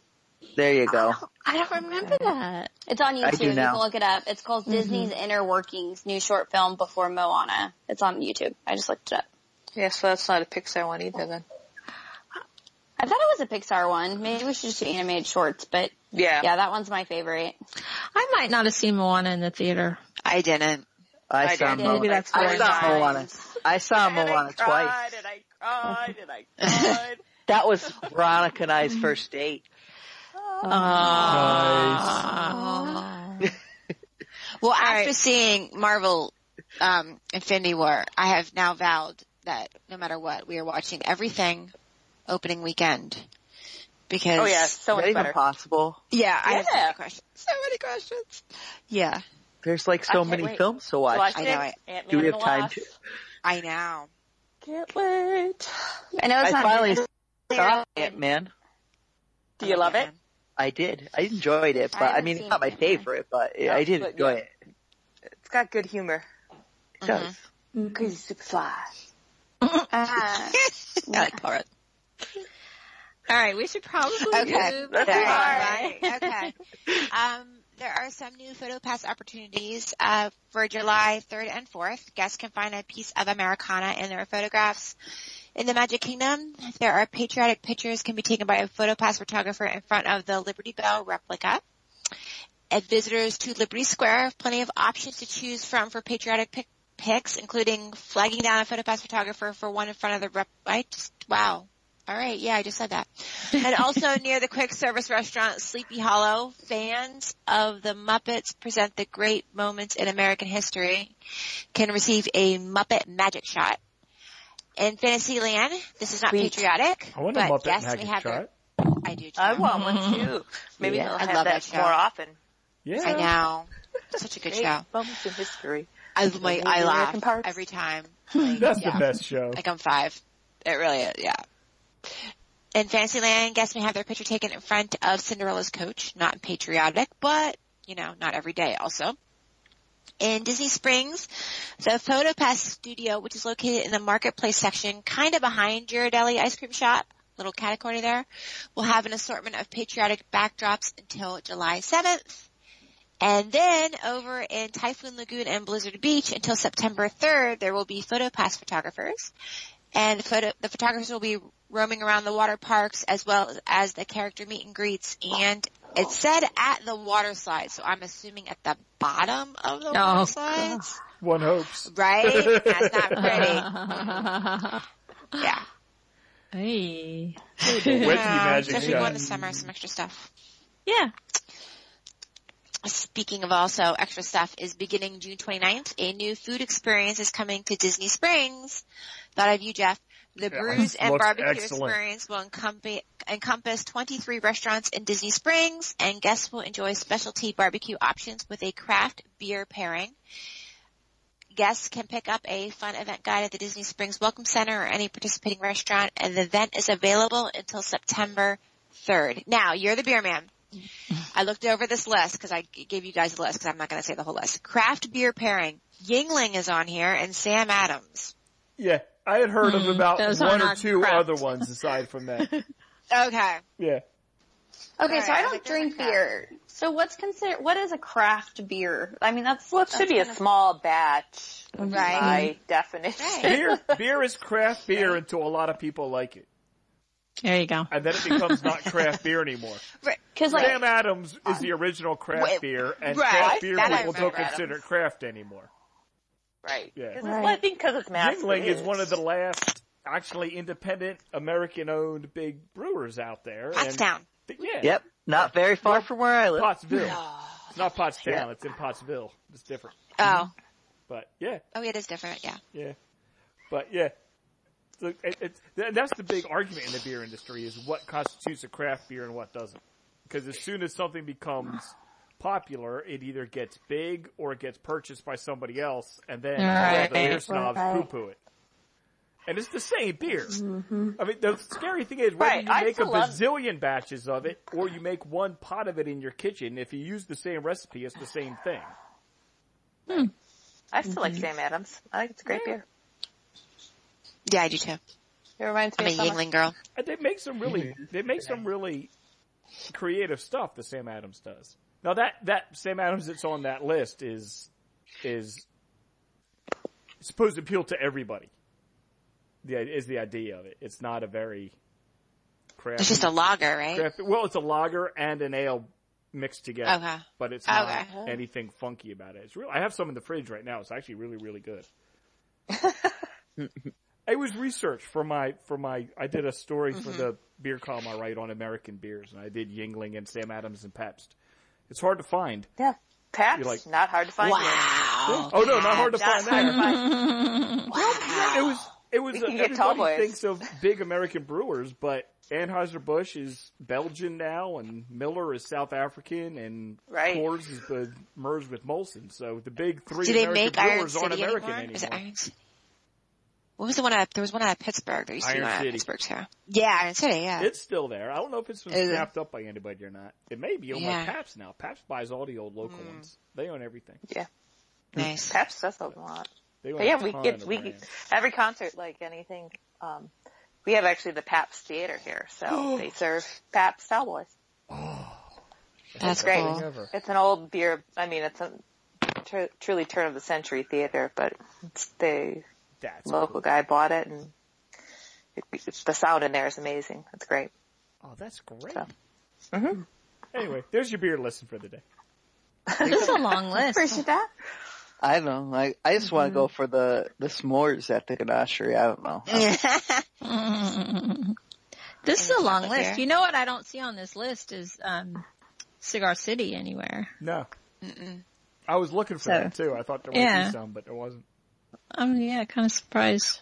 Speaker 6: There you go.
Speaker 1: I don't remember that.
Speaker 5: It's on
Speaker 6: I
Speaker 5: YouTube.
Speaker 6: do
Speaker 5: You
Speaker 6: now.
Speaker 5: can look it up. It's called
Speaker 2: Mm-hmm.
Speaker 5: Disney's Inner Workings, new short film before Moana. It's on YouTube. I just looked it up.
Speaker 4: Yeah, so that's not a Pixar one either then.
Speaker 5: I thought it was a Pixar one. Maybe we should just do animated shorts, but
Speaker 4: Yeah.
Speaker 5: yeah, that one's my favorite.
Speaker 1: I might not have seen Moana in the theater.
Speaker 2: I didn't.
Speaker 6: I,
Speaker 4: I
Speaker 6: saw
Speaker 4: did.
Speaker 6: Moana.
Speaker 1: Maybe that's
Speaker 6: I
Speaker 1: why.
Speaker 6: saw Moana. I saw
Speaker 4: And I
Speaker 6: Moana
Speaker 4: cried
Speaker 6: twice.
Speaker 4: and I cried and I
Speaker 1: (laughs)
Speaker 4: cried. (laughs)
Speaker 6: That was Veronica and I's first date.
Speaker 1: Uh,
Speaker 3: Nice.
Speaker 2: Well, after seeing Marvel um, Infinity War, I have now vowed that no matter what, we are watching everything opening weekend. Because
Speaker 4: Oh yeah, so
Speaker 6: Is that
Speaker 4: much
Speaker 6: even
Speaker 4: better.
Speaker 6: possible?
Speaker 2: yeah, I have so
Speaker 4: Yeah.
Speaker 2: many questions. So many questions. Yeah,
Speaker 6: There's like
Speaker 4: I
Speaker 6: so
Speaker 4: can't
Speaker 6: many
Speaker 4: wait.
Speaker 6: films to watch.
Speaker 4: Watch
Speaker 2: I
Speaker 4: it.
Speaker 2: know it.
Speaker 4: Ant-Man
Speaker 6: Do we
Speaker 4: and
Speaker 6: have
Speaker 4: the
Speaker 6: time
Speaker 4: Wasp.
Speaker 6: to?
Speaker 2: I know.
Speaker 4: Can't wait.
Speaker 5: I know it's
Speaker 6: I
Speaker 5: not
Speaker 6: finally
Speaker 5: Disney-
Speaker 6: saw it, man.
Speaker 4: Do you love it?
Speaker 2: Ant-Man.
Speaker 6: I did. I enjoyed it,
Speaker 5: I
Speaker 6: but I,
Speaker 5: haven't
Speaker 6: mean,
Speaker 5: seen
Speaker 6: it's not my
Speaker 5: it yet.
Speaker 6: favorite, but yeah,
Speaker 4: No,
Speaker 6: I did
Speaker 4: but
Speaker 6: enjoy
Speaker 4: yeah. Mm-hmm.
Speaker 6: it.
Speaker 4: It's got good humor.
Speaker 6: It does.
Speaker 4: Cause he's super fly.
Speaker 5: Uh,
Speaker 2: (laughs) I like Paul Rudd.
Speaker 1: All right, we should probably
Speaker 2: Okay.
Speaker 1: move
Speaker 4: That's
Speaker 1: along,
Speaker 4: all
Speaker 1: right?
Speaker 2: Sorry. okay. Um, there are some new photo pass opportunities uh, for July 3rd and 4th. Guests can find a piece of Americana in their photographs. In the Magic Kingdom, there are patriotic pictures can be taken by a photo pass photographer in front of the Liberty Bell replica. At visitors to Liberty Square, have plenty of options to choose from for patriotic pic- pics, including flagging down a photo pass photographer for one in front of the rep. I just wow. All right, yeah, I just said that. And
Speaker 4: (laughs)
Speaker 2: also near the quick service restaurant Sleepy Hollow, fans of the Muppets present the great moments in American history can receive a Muppet Magic Shot. In Fantasyland, this is not
Speaker 4: Sweet.
Speaker 2: patriotic,
Speaker 3: I want a
Speaker 2: but
Speaker 3: Muppet
Speaker 2: yes,
Speaker 3: Magic
Speaker 2: we have
Speaker 3: Shot.
Speaker 2: their, I do too.
Speaker 4: I want one too. Maybe
Speaker 6: Yeah,
Speaker 4: we'll
Speaker 2: Mm-hmm. I
Speaker 4: have
Speaker 2: love
Speaker 4: that,
Speaker 2: that show.
Speaker 4: more often.
Speaker 3: Yeah.
Speaker 2: I
Speaker 4: (laughs)
Speaker 2: know. It's such a good
Speaker 4: Great
Speaker 2: show.
Speaker 4: moments in history.
Speaker 2: I, my, I
Speaker 4: American
Speaker 2: laugh
Speaker 4: parts.
Speaker 2: every time.
Speaker 3: (laughs)
Speaker 2: Like,
Speaker 3: That's
Speaker 2: yeah.
Speaker 3: the best show.
Speaker 2: Like I'm five. It really is, yeah. In Fantasyland, guests may have their picture taken in front of Cinderella's coach. Not patriotic, but, you know, not every day also. In Disney Springs, the PhotoPass studio, which is located in the marketplace section, kind of behind Ghirardelli Ice Cream Shop, little category there, will have an assortment of patriotic backdrops until July 7th. And then over in Typhoon Lagoon and Blizzard Beach until September 3rd, there will be photo pass photographers. And photo, the photographers will be roaming around the water parks as well as the character meet and greets. And it said at the water slide, so I'm assuming at the bottom of the
Speaker 1: Oh,
Speaker 2: water slides.
Speaker 3: One
Speaker 2: (laughs)
Speaker 3: hopes.
Speaker 2: Right?
Speaker 1: (laughs)
Speaker 2: That's not pretty. yeah.
Speaker 1: hey.
Speaker 3: Wet tea
Speaker 2: Yeah,
Speaker 3: magic
Speaker 2: especially going
Speaker 3: shot.
Speaker 2: to summer, some extra stuff.
Speaker 1: Yeah.
Speaker 2: Speaking of also extra stuff is beginning June 29th. A new food experience is coming to Disney Springs. Thought of you, Jeff. The
Speaker 3: Yeah,
Speaker 2: brews and
Speaker 3: looks
Speaker 2: barbecue
Speaker 3: excellent.
Speaker 2: experience will encompa- encompass 23 restaurants in Disney Springs and guests will enjoy specialty barbecue options with a craft beer pairing. Guests can pick up a fun event guide at the Disney Springs Welcome Center or any participating restaurant and the event is available until September 3rd. Now, you're the beer man. I looked over this list because I g- gave you guys the list because I'm not going to say the whole list. Craft beer pairing. Yingling is on here and Sam Adams.
Speaker 3: Yeah. I had heard of about
Speaker 1: Hmm. those are
Speaker 3: one or
Speaker 1: not
Speaker 3: two
Speaker 1: craft.
Speaker 3: other ones aside from that.
Speaker 1: (laughs)
Speaker 2: Okay.
Speaker 3: Yeah.
Speaker 5: okay, so
Speaker 2: Alright, I
Speaker 5: I
Speaker 2: was
Speaker 5: don't
Speaker 2: like, there's a
Speaker 5: drink
Speaker 2: craft.
Speaker 5: beer. So what's considered? What is a craft beer? I mean, that's
Speaker 4: Well, it should
Speaker 5: that's
Speaker 4: be a
Speaker 5: kind of-
Speaker 4: small batch. would be
Speaker 2: Right.
Speaker 4: My definition.
Speaker 2: Right.
Speaker 3: Beer, beer is craft beer until a lot of people like it.
Speaker 1: There you go.
Speaker 3: And then it becomes not craft beer
Speaker 2: (laughs)
Speaker 3: anymore.
Speaker 5: Cause like,
Speaker 3: Sam Adams is the original craft
Speaker 2: Wait,
Speaker 3: beer, and
Speaker 2: right,
Speaker 3: craft beer
Speaker 2: that I
Speaker 3: people don't
Speaker 2: remember.
Speaker 3: consider it craft anymore.
Speaker 4: Right. (laughs)
Speaker 3: Yeah.
Speaker 4: 'Cause it's- well, I think because it's mass
Speaker 3: Yingling is
Speaker 4: produced.
Speaker 3: one of the last actually independent American-owned big brewers out there. and-
Speaker 2: Pottstown.
Speaker 3: Yeah.
Speaker 6: Yep. Not very far from where I live.
Speaker 3: Pottsville. It's not Pottstown.
Speaker 6: Yeah.
Speaker 3: It's in Pottsville. It's different.
Speaker 2: Oh.
Speaker 3: But yeah,
Speaker 2: Oh, it is different. Yeah.
Speaker 3: yeah, but yeah. So it, it's th- that's the big argument in the beer industry is what constitutes a craft beer and what doesn't. Because as soon as something becomes popular, it either gets big or it gets purchased by somebody else, and then all the beer
Speaker 1: Right.
Speaker 3: snobs
Speaker 1: Right.
Speaker 3: poo-poo it. And it's the same beer.
Speaker 1: Mm-hmm.
Speaker 3: I mean, the scary thing is whether
Speaker 4: Right,
Speaker 3: you
Speaker 4: I
Speaker 3: make a
Speaker 4: still love-
Speaker 3: bazillion batches of it or you make one pot of it in your kitchen. If you use the same recipe, it's the same thing.
Speaker 4: I still
Speaker 2: Mm-hmm.
Speaker 4: like Sam Adams. I think it's a great beer.
Speaker 2: Yeah, I do too.
Speaker 4: It reminds me
Speaker 2: I'm a
Speaker 4: of summer.
Speaker 2: Yingling girl.
Speaker 3: And They make some really, they make some really creative stuff that Sam Adams does. Now that, that Sam Adams that's on that list is, is supposed to appeal to everybody. The, is the idea of it. It's not a very crafty.
Speaker 2: It's just a lager, right?
Speaker 3: craft- well, it's a lager and an ale mixed together.
Speaker 2: Okay.
Speaker 3: But it's not
Speaker 2: Okay.
Speaker 3: anything funky about it. It's real. I have some in the fridge right now. It's actually really, really
Speaker 2: (laughs)
Speaker 3: good. it was research for my for my. I did a story for
Speaker 2: Mm-hmm.
Speaker 3: the beer column I write on American beers, and I did Yingling and Sam Adams and Pabst. It's hard to find.
Speaker 4: Yeah. Pabst,
Speaker 3: You like-
Speaker 4: not hard to find.
Speaker 2: Wow. Wow.
Speaker 3: Oh no, not hard to
Speaker 4: That's
Speaker 3: find
Speaker 2: (laughs)
Speaker 3: that.
Speaker 2: Wow.
Speaker 3: It was it was
Speaker 4: We
Speaker 3: uh,
Speaker 4: can get
Speaker 3: everybody
Speaker 4: Tallboys.
Speaker 3: thinks of big American brewers, but Anheuser Busch is Belgian now, and Miller is South African, and
Speaker 4: Right.
Speaker 3: Coors has been merged with Molson. So the big three
Speaker 2: Do they
Speaker 3: American
Speaker 2: make Iron
Speaker 3: brewers aren't
Speaker 2: City
Speaker 3: American
Speaker 2: anymore?
Speaker 3: anymore.
Speaker 2: Is it Iron City? What was the one out? There was one out of Pittsburgh. There used to be
Speaker 3: Iron
Speaker 2: one out of
Speaker 3: City.
Speaker 2: Pittsburgh too. Yeah, Iron City. Yeah.
Speaker 3: It's still there. I don't know if it's been
Speaker 2: Is it?
Speaker 3: snapped up by anybody or not. It may be owned
Speaker 2: Yeah.
Speaker 3: by Paps now. Paps buys all the old local
Speaker 4: Hmm.
Speaker 3: ones. They own everything.
Speaker 2: nice.
Speaker 4: Peps does a lot.
Speaker 3: They own
Speaker 4: But Oh, yeah,
Speaker 3: a
Speaker 4: we
Speaker 3: ton
Speaker 4: get
Speaker 3: of
Speaker 4: we
Speaker 3: brands.
Speaker 4: every concert like anything. Um, we have actually the Paps Theater here,
Speaker 2: (gasps)
Speaker 4: so they serve Paps Cowboys.
Speaker 2: That's
Speaker 3: the
Speaker 2: great.
Speaker 3: best thing ever.
Speaker 4: It's an old beer. I mean, it's a tr- truly turn of the century theater, but it's the
Speaker 3: That's
Speaker 4: local
Speaker 3: cool.
Speaker 4: guy bought it, and it, it's, the sound in there is amazing. It's great.
Speaker 3: Oh, that's great. Mm-hmm.
Speaker 4: So.
Speaker 3: Anyway, there's your beer lesson for the day.
Speaker 1: It's a long list.
Speaker 4: that.
Speaker 6: I don't know. I, I just want
Speaker 1: Mm-hmm.
Speaker 6: to go for the, the s'mores at the ganachery. I don't know.
Speaker 1: This is a long
Speaker 2: chocolate
Speaker 1: list.
Speaker 2: beer.
Speaker 1: You know what I don't see on this list is um, Cigar City anywhere.
Speaker 3: No. I was looking for
Speaker 1: So-
Speaker 3: that too. I thought there might
Speaker 1: Yeah.
Speaker 3: be some, but there wasn't.
Speaker 1: I'm yeah, kind of surprised.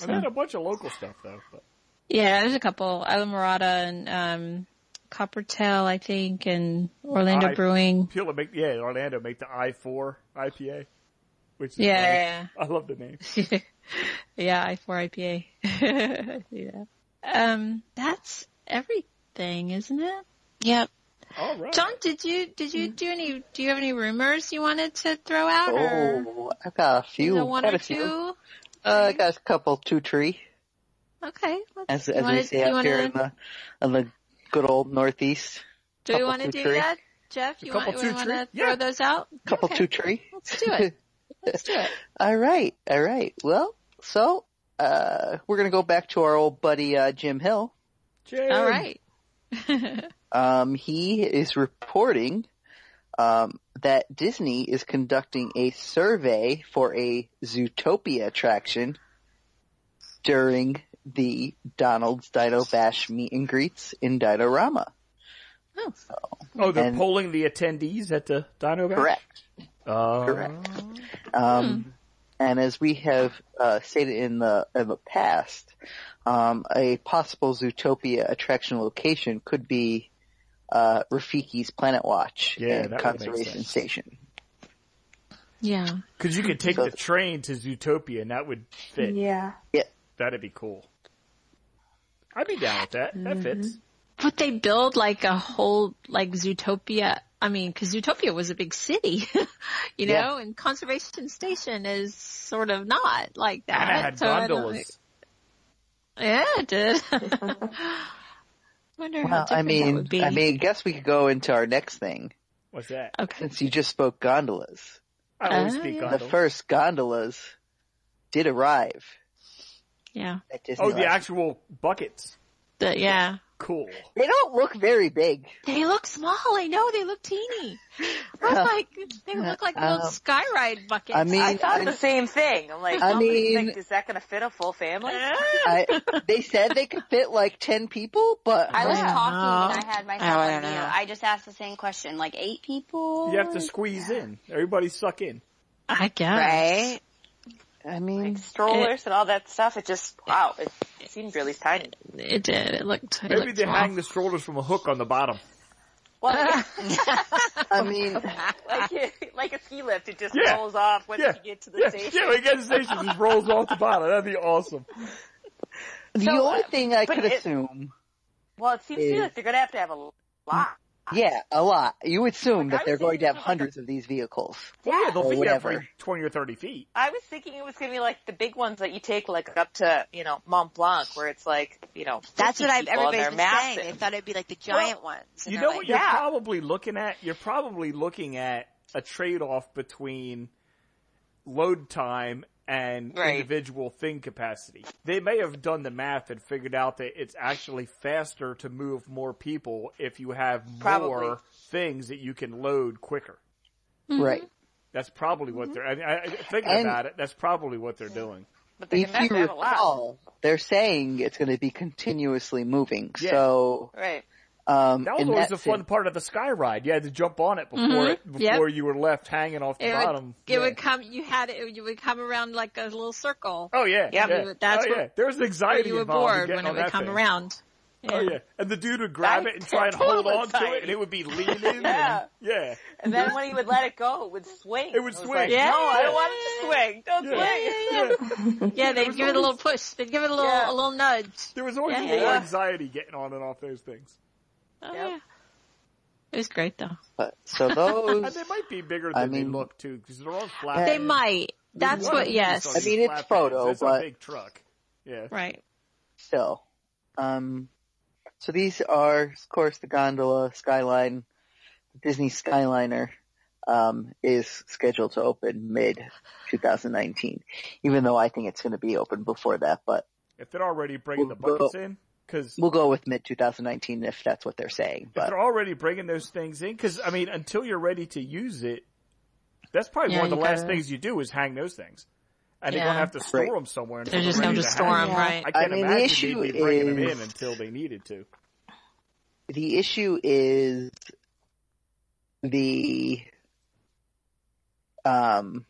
Speaker 3: And then a bunch of local stuff though. But
Speaker 1: Yeah, there's a couple. Isla Morada and um, Coppertail, I think, and Orlando
Speaker 3: I-
Speaker 1: Brewing. (laughs)
Speaker 3: Peel make yeah, Orlando make the I four IPA. Which is
Speaker 1: Yeah,
Speaker 3: funny. (laughs) I love the name.
Speaker 1: yeah, I four IPA. (laughs) yeah. Um, that's everything, isn't it?
Speaker 2: yep.
Speaker 3: All right.
Speaker 1: John, did you did you
Speaker 6: Mm-hmm.
Speaker 1: do any? Do you have any rumors you wanted to throw out? or
Speaker 6: Oh, I got a
Speaker 1: is
Speaker 6: few.
Speaker 1: there one
Speaker 6: got
Speaker 1: or
Speaker 6: a few.
Speaker 1: two?
Speaker 6: Uh, I got a couple, two, three,
Speaker 1: Okay. let's-
Speaker 6: as,
Speaker 1: you
Speaker 6: as
Speaker 1: wanna-
Speaker 6: we say
Speaker 1: you
Speaker 6: up
Speaker 1: wanna-
Speaker 6: here in the, in the good old Northeast.
Speaker 1: Do we
Speaker 6: couple
Speaker 1: want to
Speaker 6: two
Speaker 1: do
Speaker 6: tree.
Speaker 1: that, Jeff? You want
Speaker 3: couple
Speaker 1: to
Speaker 3: two
Speaker 1: want
Speaker 3: tree.
Speaker 1: to
Speaker 3: Yeah.
Speaker 1: throw those out?
Speaker 6: Couple,
Speaker 1: Okay.
Speaker 6: two, three.
Speaker 1: Let's do
Speaker 6: (laughs)
Speaker 1: it. Let's do it.
Speaker 6: All right, all right. Well, so uh, we're gonna go back to our old buddy uh, Jim Hill.
Speaker 3: Jim.
Speaker 1: All right.
Speaker 6: Um, he is reporting um, that Disney is conducting a survey for a Zootopia attraction during the Donald's Dino Bash meet and greets in Didorama.
Speaker 3: Oh, they're
Speaker 6: And-
Speaker 3: polling the attendees at the Dino Bash?
Speaker 6: Correct.
Speaker 3: Uh,
Speaker 6: Correct. Um,
Speaker 1: Hmm.
Speaker 6: And as we have uh, stated in the in the past, um, a possible Zootopia attraction location could be uh, Rafiki's Planet Watch
Speaker 3: Yeah, that would
Speaker 6: and
Speaker 3: make
Speaker 6: Conservation
Speaker 3: sense.
Speaker 6: Station.
Speaker 1: Yeah.
Speaker 3: Cause you could take
Speaker 6: So-
Speaker 3: the train to Zootopia and that would fit.
Speaker 5: Yeah.
Speaker 3: That'd be cool. I'd be down with that. That fits.
Speaker 1: Mm-hmm. But they build like a whole like Zootopia. I mean, because Zootopia was a big city, (laughs) you know,
Speaker 6: Yeah.
Speaker 1: and Conservation Station is sort of not like that.
Speaker 3: And I had
Speaker 1: so I don't
Speaker 3: gondolas.
Speaker 1: think- yeah, it
Speaker 6: (laughs)
Speaker 1: did. (laughs) Wonder how
Speaker 6: Well,
Speaker 1: different
Speaker 6: I
Speaker 1: that would
Speaker 6: mean,
Speaker 1: be.
Speaker 6: I mean, I guess we could go into our next thing
Speaker 3: What's that?
Speaker 1: okay.
Speaker 6: since you just spoke gondolas.
Speaker 3: I always
Speaker 1: Oh,
Speaker 3: speak
Speaker 1: yeah.
Speaker 3: on
Speaker 6: The
Speaker 3: those.
Speaker 6: first gondolas did arrive
Speaker 1: Yeah.
Speaker 6: at Disneyland.
Speaker 3: Oh, the actual buckets.
Speaker 1: The- yeah.
Speaker 3: Cool.
Speaker 6: They don't look very
Speaker 1: (laughs)
Speaker 6: big.
Speaker 1: They look small. I know they look teeny. Look
Speaker 6: Uh,
Speaker 1: like they look like little
Speaker 6: uh,
Speaker 1: sky ride buckets.
Speaker 6: I mean,
Speaker 4: I thought
Speaker 6: I-
Speaker 4: the same thing. I'm like,
Speaker 6: I
Speaker 4: I mean,
Speaker 6: mean-
Speaker 4: is that going to fit a full family?
Speaker 6: I, they said they could fit like ten people, but
Speaker 5: I was
Speaker 1: Yeah.
Speaker 5: talking
Speaker 1: Oh.
Speaker 5: and I had myself
Speaker 2: Oh, I
Speaker 5: on
Speaker 2: don't
Speaker 5: mute.
Speaker 2: know.
Speaker 5: I just asked the same question. Like eight people?
Speaker 3: You have to squeeze in. Everybody suck in.
Speaker 1: (laughs) I guess.
Speaker 2: Right.
Speaker 6: I mean,
Speaker 4: Like strollers and all that stuff. It just wow, it seemed really tiny.
Speaker 1: It did. It looked. It
Speaker 3: Maybe
Speaker 1: looked
Speaker 3: they
Speaker 1: small.
Speaker 3: hang the strollers from a hook on the bottom.
Speaker 4: Well, (laughs)
Speaker 6: I mean,
Speaker 4: like like a ski lift, it just
Speaker 3: Yeah.
Speaker 4: rolls off once
Speaker 3: Yeah.
Speaker 4: you get to the
Speaker 3: Yeah,
Speaker 4: station.
Speaker 3: yeah, we get the station just rolls off the bottom. That'd be awesome.
Speaker 6: the
Speaker 4: So,
Speaker 6: only
Speaker 4: uh,
Speaker 6: thing I
Speaker 4: but
Speaker 6: could
Speaker 4: it-
Speaker 6: assume,
Speaker 4: Well, it seems to me
Speaker 6: Yeah.
Speaker 4: like they're going to have to have a lot.
Speaker 6: yeah, a lot. You would assume
Speaker 4: Like, I
Speaker 6: that they're
Speaker 4: was
Speaker 6: going to
Speaker 4: thinking it was
Speaker 6: have
Speaker 4: like
Speaker 6: hundreds of these vehicles.
Speaker 3: Yeah, they'll
Speaker 6: Or
Speaker 3: be
Speaker 6: whatever.
Speaker 3: every 20 or 30 feet.
Speaker 4: I was thinking it was going to be like the big ones that you take like up to you know Mont Blanc, where it's like you know
Speaker 2: That's
Speaker 4: 50
Speaker 2: what I've
Speaker 4: people and
Speaker 2: everybody's
Speaker 4: they're
Speaker 2: been
Speaker 4: massive.
Speaker 2: saying. They thought it'd be like the giant ones. and
Speaker 3: You
Speaker 2: they're
Speaker 3: know
Speaker 2: like,
Speaker 3: what you're
Speaker 4: yeah.
Speaker 3: probably looking at? You're probably looking at a trade-off between load time and
Speaker 4: Right.
Speaker 3: individual thing capacity. They may have done the math and figured out that it's actually faster to move more people if you have
Speaker 4: Probably.
Speaker 3: more things that you can load quicker.
Speaker 6: Right.
Speaker 3: That's probably what
Speaker 1: Mm-hmm.
Speaker 3: they're, I, I, thinking
Speaker 6: And-
Speaker 3: about it, that's probably what they're doing.
Speaker 4: but they're going to
Speaker 6: If
Speaker 4: have
Speaker 6: you
Speaker 4: to have a lot,
Speaker 6: recall, they're saying it's going to be continuously moving.
Speaker 3: Yeah.
Speaker 6: So
Speaker 4: right?
Speaker 6: Um,
Speaker 3: That was
Speaker 6: and
Speaker 3: always the
Speaker 6: that's
Speaker 3: fun
Speaker 6: it.
Speaker 3: part of the sky ride. You had to jump on it before
Speaker 1: Mhm.
Speaker 3: it, before you were left hanging off the
Speaker 1: It
Speaker 3: bottom.
Speaker 1: would, it
Speaker 3: Yeah.
Speaker 1: would come, you had it, you would come around like a little circle.
Speaker 3: Oh yeah,
Speaker 1: Yep.
Speaker 3: yeah.
Speaker 1: You- that's
Speaker 3: oh,
Speaker 1: what-
Speaker 3: yeah. There was an
Speaker 1: Or
Speaker 3: anxiety
Speaker 1: you were
Speaker 3: involved in
Speaker 1: bored
Speaker 3: getting
Speaker 1: when
Speaker 3: on
Speaker 1: it would
Speaker 3: that
Speaker 1: come
Speaker 3: thing.
Speaker 1: around.
Speaker 3: Oh yeah, and the dude would grab
Speaker 4: That's
Speaker 3: it and try and hold
Speaker 4: total
Speaker 3: on to it, and
Speaker 4: anxiety.
Speaker 3: it would be leaning.
Speaker 1: (laughs)
Speaker 4: Yeah.
Speaker 3: and, yeah.
Speaker 4: And then when he would let it go, it would swing.
Speaker 3: It would
Speaker 4: was
Speaker 3: swing.
Speaker 4: like,
Speaker 3: Yeah.
Speaker 4: No, I don't want it to swing. Don't
Speaker 3: Yeah.
Speaker 4: swing.
Speaker 3: Yeah.
Speaker 1: (laughs) Yeah, they'd give it a little push. They'd give it a little,
Speaker 4: Yeah.
Speaker 1: a little nudge.
Speaker 3: There was always
Speaker 1: Yeah,
Speaker 3: more
Speaker 1: yeah, yeah.
Speaker 3: anxiety getting on and off those things.
Speaker 1: Oh,
Speaker 4: Yep.
Speaker 1: yeah. It was great though.
Speaker 6: But- so
Speaker 3: And
Speaker 6: those,
Speaker 3: they might be bigger than
Speaker 6: I
Speaker 3: they
Speaker 6: mean-
Speaker 3: look too, because they're all flat.
Speaker 1: They might. That's what,
Speaker 6: I
Speaker 1: yes.
Speaker 6: mean, it's photo,
Speaker 3: It's a
Speaker 6: but-
Speaker 3: big truck. Yeah.
Speaker 1: Right. (laughs)
Speaker 6: still. Um, so these are, of course, the gondola skyline, Disney Skyliner, um, is scheduled to open mid 2019, even though I think it's going to be open before that, but
Speaker 3: If they're already bringing the
Speaker 6: Well,
Speaker 3: buckets in, because
Speaker 6: we'll go with mid 2019 if that's what they're saying,
Speaker 3: if
Speaker 6: but
Speaker 3: they're already bringing those things in, because I mean, until you're ready to use it, that's probably
Speaker 1: Yeah,
Speaker 3: one
Speaker 1: you
Speaker 3: of the last
Speaker 1: gotta-
Speaker 3: things you do is hang those things, and you're
Speaker 1: Yeah.
Speaker 3: gonna have to store
Speaker 6: Right.
Speaker 3: them somewhere. until
Speaker 1: They're just
Speaker 3: ready
Speaker 1: going to store
Speaker 3: hang
Speaker 1: them,
Speaker 2: Yeah.
Speaker 1: right?
Speaker 3: I can't
Speaker 6: mean, the
Speaker 3: imagine
Speaker 6: issue
Speaker 3: they'd be bringing them in
Speaker 6: is-
Speaker 3: until they needed to.
Speaker 6: the issue is the um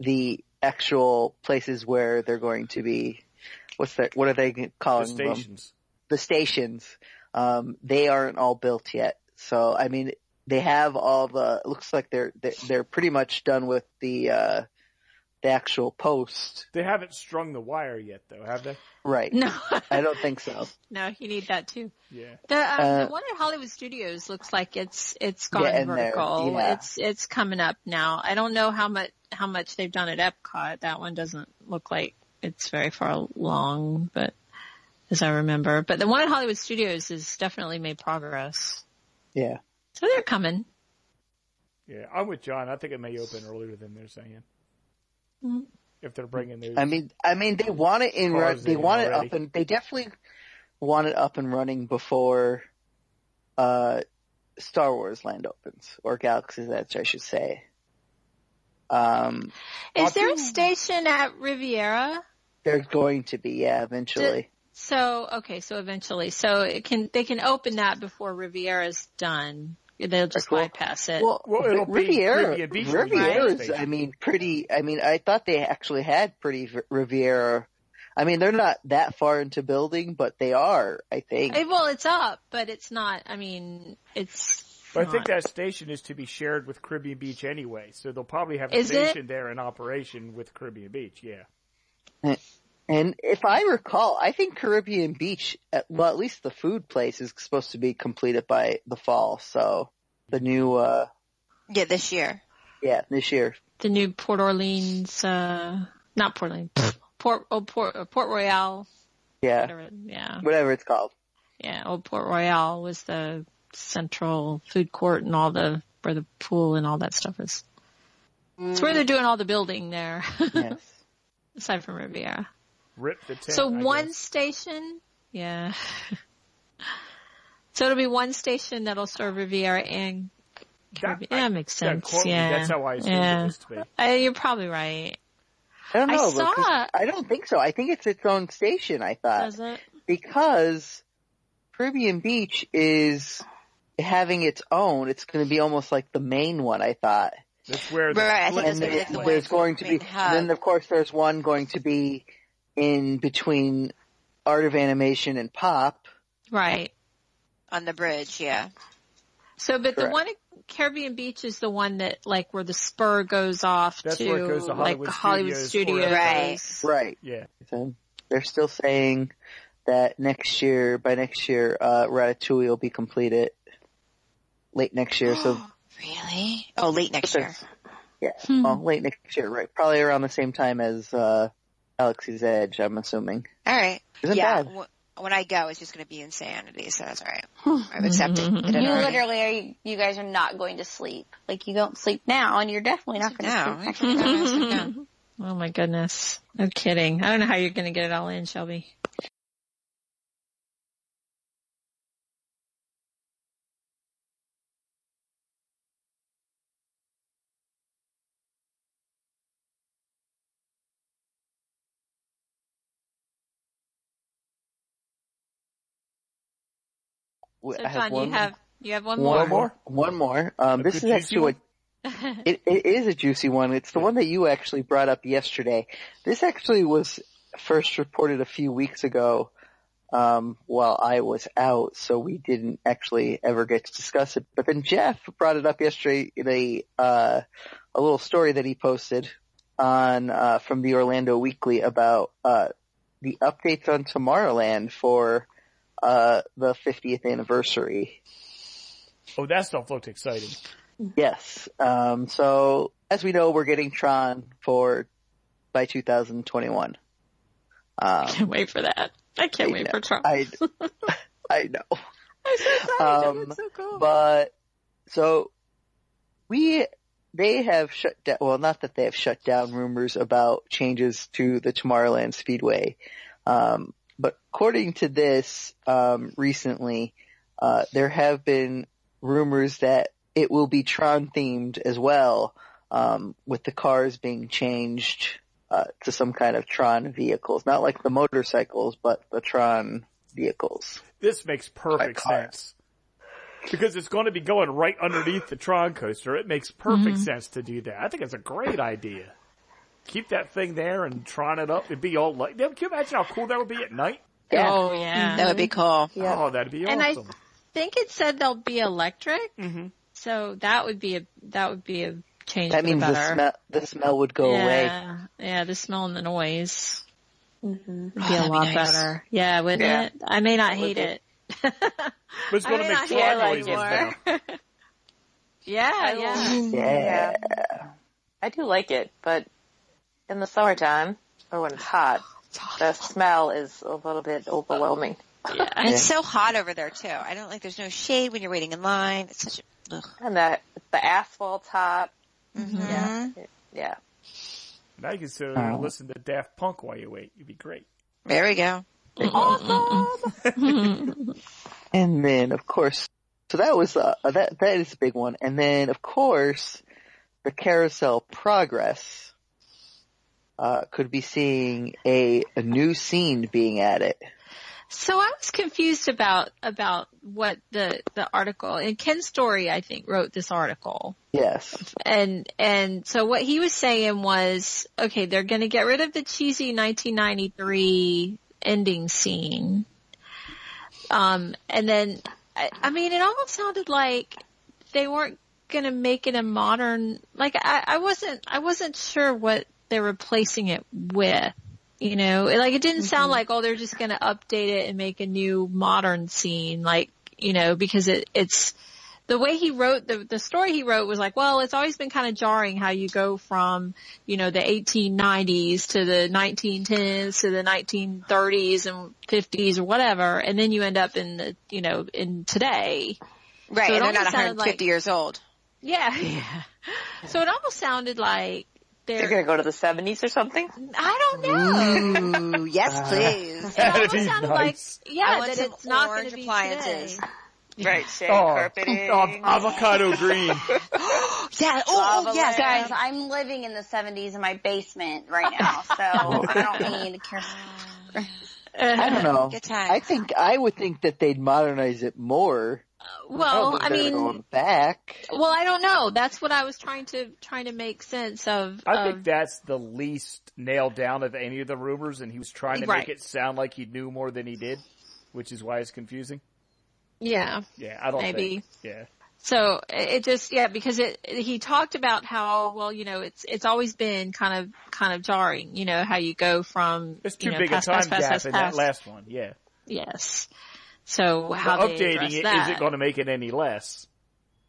Speaker 6: the actual places where they're going to be what's that what are they
Speaker 3: The
Speaker 6: calling them
Speaker 3: stations.
Speaker 6: the stations um they aren't all built yet so i mean they have all the it looks like they're they're, they're pretty much done with the uh the actual post
Speaker 3: They haven't strung the wire yet, though, have they?
Speaker 6: right
Speaker 1: No, (laughs)
Speaker 6: i don't think so
Speaker 1: no, you need that too.
Speaker 3: Yeah.
Speaker 1: The, um,
Speaker 6: Uh,
Speaker 1: the one at Hollywood Studios looks like it's it's gone
Speaker 6: Yeah, in there,
Speaker 1: vertical.
Speaker 6: yeah.
Speaker 1: It's it's coming up now. I don't know how much how much they've done at Epcot. That one doesn't look like it's very far along, but as I remember, but the one at Hollywood Studios has definitely made progress.
Speaker 6: yeah
Speaker 1: So they're coming.
Speaker 3: Yeah, I'm with John. I think it may open earlier than they're saying.
Speaker 1: Mm.
Speaker 3: If they're bringing those,
Speaker 6: I mean, I mean, they want it in.
Speaker 3: Cars
Speaker 6: They
Speaker 3: in
Speaker 6: want it
Speaker 3: already.
Speaker 6: up and they definitely want it up and running before uh, Star Wars Land opens or Galaxy's Edge, I should say. Um,
Speaker 1: Is there a station at Riviera?
Speaker 6: they're going to be, yeah, eventually.
Speaker 1: So okay, so eventually, so it can they can open that before Riviera's done. They'll just
Speaker 6: cool.
Speaker 1: bypass it.
Speaker 6: well,
Speaker 3: Well, it'll be
Speaker 6: Riviera,
Speaker 3: Caribbean Beach Resort
Speaker 6: Riviera's,
Speaker 3: Station.
Speaker 6: I mean, pretty. I mean, I thought they actually had pretty v- Riviera. I mean, they're not that far into building, but they are. I think.
Speaker 1: Eh, well, it's up, but it's not. I mean, it's.
Speaker 3: but I think
Speaker 1: not.
Speaker 3: that station is to be shared with Caribbean Beach anyway, so they'll probably have a
Speaker 1: Is it?
Speaker 3: station there in operation with Caribbean Beach. Yeah,
Speaker 6: And if I recall, I think Caribbean Beach, at, well, at least the food place is supposed to be completed by the fall. So the new, uh,
Speaker 2: Yeah, this year.
Speaker 6: yeah, this year.
Speaker 1: the new Port Orleans, uh, not Port Orleans, (laughs) Port oh, Port uh, Port Royal,
Speaker 6: Yeah.
Speaker 1: whatever, yeah,
Speaker 6: Whatever
Speaker 1: (laughs)
Speaker 6: it's called.
Speaker 1: yeah. Old Port Royal was the central food court and all the where the pool and all that stuff is. It's where they're doing all the building there, (laughs)
Speaker 6: Yes.
Speaker 1: aside from Riviera.
Speaker 3: rip the tent.
Speaker 1: So
Speaker 3: I
Speaker 1: one
Speaker 3: guess.
Speaker 1: station, yeah. (laughs) so it'll be one station that'll serve Riviera and Caribbean.
Speaker 3: I-
Speaker 1: That, makes
Speaker 3: Yeah,
Speaker 1: sense.
Speaker 3: quote me.
Speaker 1: yeah,
Speaker 3: that's how I assumed
Speaker 1: yeah.
Speaker 3: it was to be.
Speaker 1: Uh, you're probably right.
Speaker 6: I don't
Speaker 1: I
Speaker 6: know.
Speaker 1: saw-
Speaker 6: because- I don't think so. I think it's its own station, I thought.
Speaker 1: Does it?
Speaker 6: Because Caribbean Beach is having its own. It's going to be almost like the main one, I thought.
Speaker 3: That's where the
Speaker 2: Right, I think
Speaker 6: and
Speaker 2: that's gonna be
Speaker 6: there,
Speaker 2: like the
Speaker 6: there's
Speaker 2: one
Speaker 6: going to be,
Speaker 2: between hub.
Speaker 6: then of course there's one going to be in between Art of Animation and Pop.
Speaker 1: Right.
Speaker 2: On the bridge,
Speaker 3: (gasps)
Speaker 2: yeah.
Speaker 1: So, but the
Speaker 6: Correct.
Speaker 1: one at Caribbean Beach is the one that, like, where the spur goes off
Speaker 3: That's
Speaker 1: to,
Speaker 3: where it goes to
Speaker 1: like,
Speaker 3: Hollywood
Speaker 1: Hollywood
Speaker 3: Studios
Speaker 1: Studios.
Speaker 3: for
Speaker 2: Right.
Speaker 6: Right.
Speaker 3: yeah.
Speaker 6: So they're still saying that next year, by next year, uh, Ratatouille will be completed late next year.
Speaker 2: (gasps)
Speaker 6: So
Speaker 2: Really? Oh, late next year.
Speaker 6: yeah,
Speaker 1: Hmm. Um,
Speaker 6: well, late next year, right? Probably around the same time as, uh, Galaxy's Edge, I'm assuming.
Speaker 2: All right.
Speaker 6: Isn't
Speaker 2: yeah.
Speaker 6: bad.
Speaker 2: wh- When I go, it's just going to be insanity, so that's all right.
Speaker 3: (laughs)
Speaker 2: I've accepted it.
Speaker 5: You
Speaker 2: already.
Speaker 5: literally are, you, you guys are not going to sleep. Like you don't sleep now and you're definitely not going to
Speaker 2: No, (laughs)
Speaker 5: sleep.
Speaker 2: I can go and sit down.
Speaker 1: Oh my goodness. No kidding. I don't know how you're going to get it all in, Shelby.
Speaker 6: w-
Speaker 1: So
Speaker 6: I have
Speaker 1: John,
Speaker 6: one,
Speaker 1: you have you have one, (laughs) more.
Speaker 6: one more. One more. Um,
Speaker 3: A
Speaker 6: this
Speaker 3: good
Speaker 6: is
Speaker 3: juicy
Speaker 6: actually
Speaker 3: (laughs)
Speaker 6: a, it, it is a juicy one. It's the one that you actually brought up yesterday. This actually was first reported a few weeks ago um, while I was out, so we didn't actually ever get to discuss it. But then Jeff brought it up yesterday in a uh, a little story that he posted on uh, from the Orlando Weekly about uh, the updates on Tomorrowland for uh, the 50th anniversary.
Speaker 3: Oh, that stuff looked exciting.
Speaker 6: Yes. Um, so as we know, we're getting Tron for by 2021. Um,
Speaker 1: (laughs) Can't wait for that. I can't wait
Speaker 6: Yeah,
Speaker 1: for Trump. (laughs)
Speaker 6: I (laughs) I know.
Speaker 1: I'm so excited.
Speaker 6: um,
Speaker 1: That's so cool.
Speaker 6: But so we they have shut down. Well, not that they have shut down rumors about changes to the Tomorrowland Speedway, um, but according to this um, recently, uh, there have been rumors that it will be Tron themed as well, um, with the cars being changed. Uh, to some kind of Tron vehicles, not like the motorcycles, but the Tron vehicles.
Speaker 3: This makes perfect
Speaker 6: car.
Speaker 3: sense. Because it's going to be going right underneath the Tron coaster. It makes perfect
Speaker 1: Mm-hmm.
Speaker 3: sense to do that. I think it's a great idea. Keep that thing there and Tron it up. It'd be all light. Can you imagine how cool that would be at night?
Speaker 6: Yeah.
Speaker 1: Oh yeah.
Speaker 2: That would be cool.
Speaker 4: Yeah.
Speaker 3: Oh, that'd be
Speaker 1: And I-
Speaker 3: awesome.
Speaker 1: think it said they'll be electric.
Speaker 3: Mhm.
Speaker 1: So that would be a that would be a change for
Speaker 6: That
Speaker 1: the
Speaker 6: means the
Speaker 1: better.
Speaker 6: smell, the smell would go
Speaker 1: yeah.
Speaker 6: away.
Speaker 1: Yeah, the smell and the noise
Speaker 4: Mm-hmm.
Speaker 1: would be a
Speaker 2: that'd be
Speaker 1: lot
Speaker 2: nice.
Speaker 1: better. Yeah, wouldn't
Speaker 4: Yeah.
Speaker 1: it? I may not hate
Speaker 4: it.
Speaker 1: it.
Speaker 3: But it's
Speaker 1: I
Speaker 3: going
Speaker 1: may
Speaker 3: to make
Speaker 1: not
Speaker 3: Tron
Speaker 1: hate
Speaker 3: noises
Speaker 1: it
Speaker 3: now.
Speaker 1: anymore. yeah, yeah.
Speaker 6: Yeah.
Speaker 4: I do like it, but in the summertime or when it's hot, the smell is a little bit overwhelming.
Speaker 1: yeah.
Speaker 2: And it's so hot over there too. I don't like. There's no shade when you're waiting in line. It's such a. Ugh.
Speaker 4: And the the asphalt top,
Speaker 2: mm-hmm. Yeah.
Speaker 4: yeah.
Speaker 3: Now you can sit there
Speaker 6: Oh.
Speaker 3: and listen to Daft Punk while you wait. It'd be great.
Speaker 2: There we go.
Speaker 6: And then, of course, so that was uh, that that is a big one. And then, of course, the carousel progress uh, could be seeing a, a new scene being added.
Speaker 1: So I was confused about about what the the article and Ken Story I think wrote this article.
Speaker 6: Yes,
Speaker 1: and and so what he was saying was okay they're going to get rid of the cheesy 1993 ending scene um and then i, I mean it almost sounded like they weren't going to make it a modern like I, I wasn't i wasn't sure what they're replacing it with you know It- like it didn't sound like oh they're just going to update it and make a new modern scene like you know because it it's the way he wrote the the story he wrote was like, well, it's always been kind of jarring how you go from you know the 1890s to the 1910s to the 1930s and 50s or whatever, and then you end up in the you know in today.
Speaker 2: Right.
Speaker 1: So it
Speaker 2: and they're not
Speaker 1: almost sounded
Speaker 2: 150
Speaker 1: like-
Speaker 2: years (laughs) old.
Speaker 1: Yeah, yeah. (laughs) So it almost sounded like
Speaker 4: They're
Speaker 1: they're.
Speaker 4: gonna go to the seventies or something.
Speaker 1: I don't
Speaker 3: (laughs)
Speaker 1: know.
Speaker 2: Ooh, yes, please.
Speaker 1: It
Speaker 3: That'd
Speaker 1: almost
Speaker 3: be
Speaker 1: sounded
Speaker 3: nice.
Speaker 1: like
Speaker 2: I
Speaker 1: yeah
Speaker 2: want
Speaker 1: that
Speaker 2: some
Speaker 1: it's not going
Speaker 2: orange
Speaker 1: to be
Speaker 2: appliances.
Speaker 1: today.
Speaker 4: Right, shade
Speaker 3: Oh, oh,
Speaker 1: (laughs)
Speaker 3: avocado green.
Speaker 2: yeah. Oh, oh, yes,
Speaker 5: Guys, I'm living in the 70s in my basement right
Speaker 2: (laughs)
Speaker 5: now, so I don't need a carousel.
Speaker 1: Uh,
Speaker 3: (laughs)
Speaker 6: I don't know.
Speaker 2: Good times.
Speaker 6: I think I would think that they'd modernize it more.
Speaker 1: Well,
Speaker 4: Oh,
Speaker 6: don't
Speaker 1: I
Speaker 6: think
Speaker 1: mean,
Speaker 6: they're going back.
Speaker 1: Well, I don't know. That's what I was trying to trying to make sense of.
Speaker 3: I
Speaker 1: of
Speaker 3: think that's the least nailed down of any of the rumors, and he was trying to
Speaker 1: Right.
Speaker 3: make it sound like he knew more than he did, which is why it's confusing.
Speaker 1: yeah.
Speaker 3: Yeah, I don't
Speaker 1: Maybe.
Speaker 3: think. Yeah,
Speaker 1: So it it just yeah because it he talked about how well you know it's it's always been kind of kind of jarring you know how you go from
Speaker 3: it's too
Speaker 1: you know,
Speaker 3: big
Speaker 1: past,
Speaker 3: a time
Speaker 1: past, past,
Speaker 3: gap
Speaker 1: past,
Speaker 3: in
Speaker 1: past.
Speaker 3: that last one. Yeah,
Speaker 1: yes. So how
Speaker 3: But
Speaker 1: they
Speaker 3: updating
Speaker 1: address
Speaker 3: it
Speaker 1: that?
Speaker 3: not going to make it any less.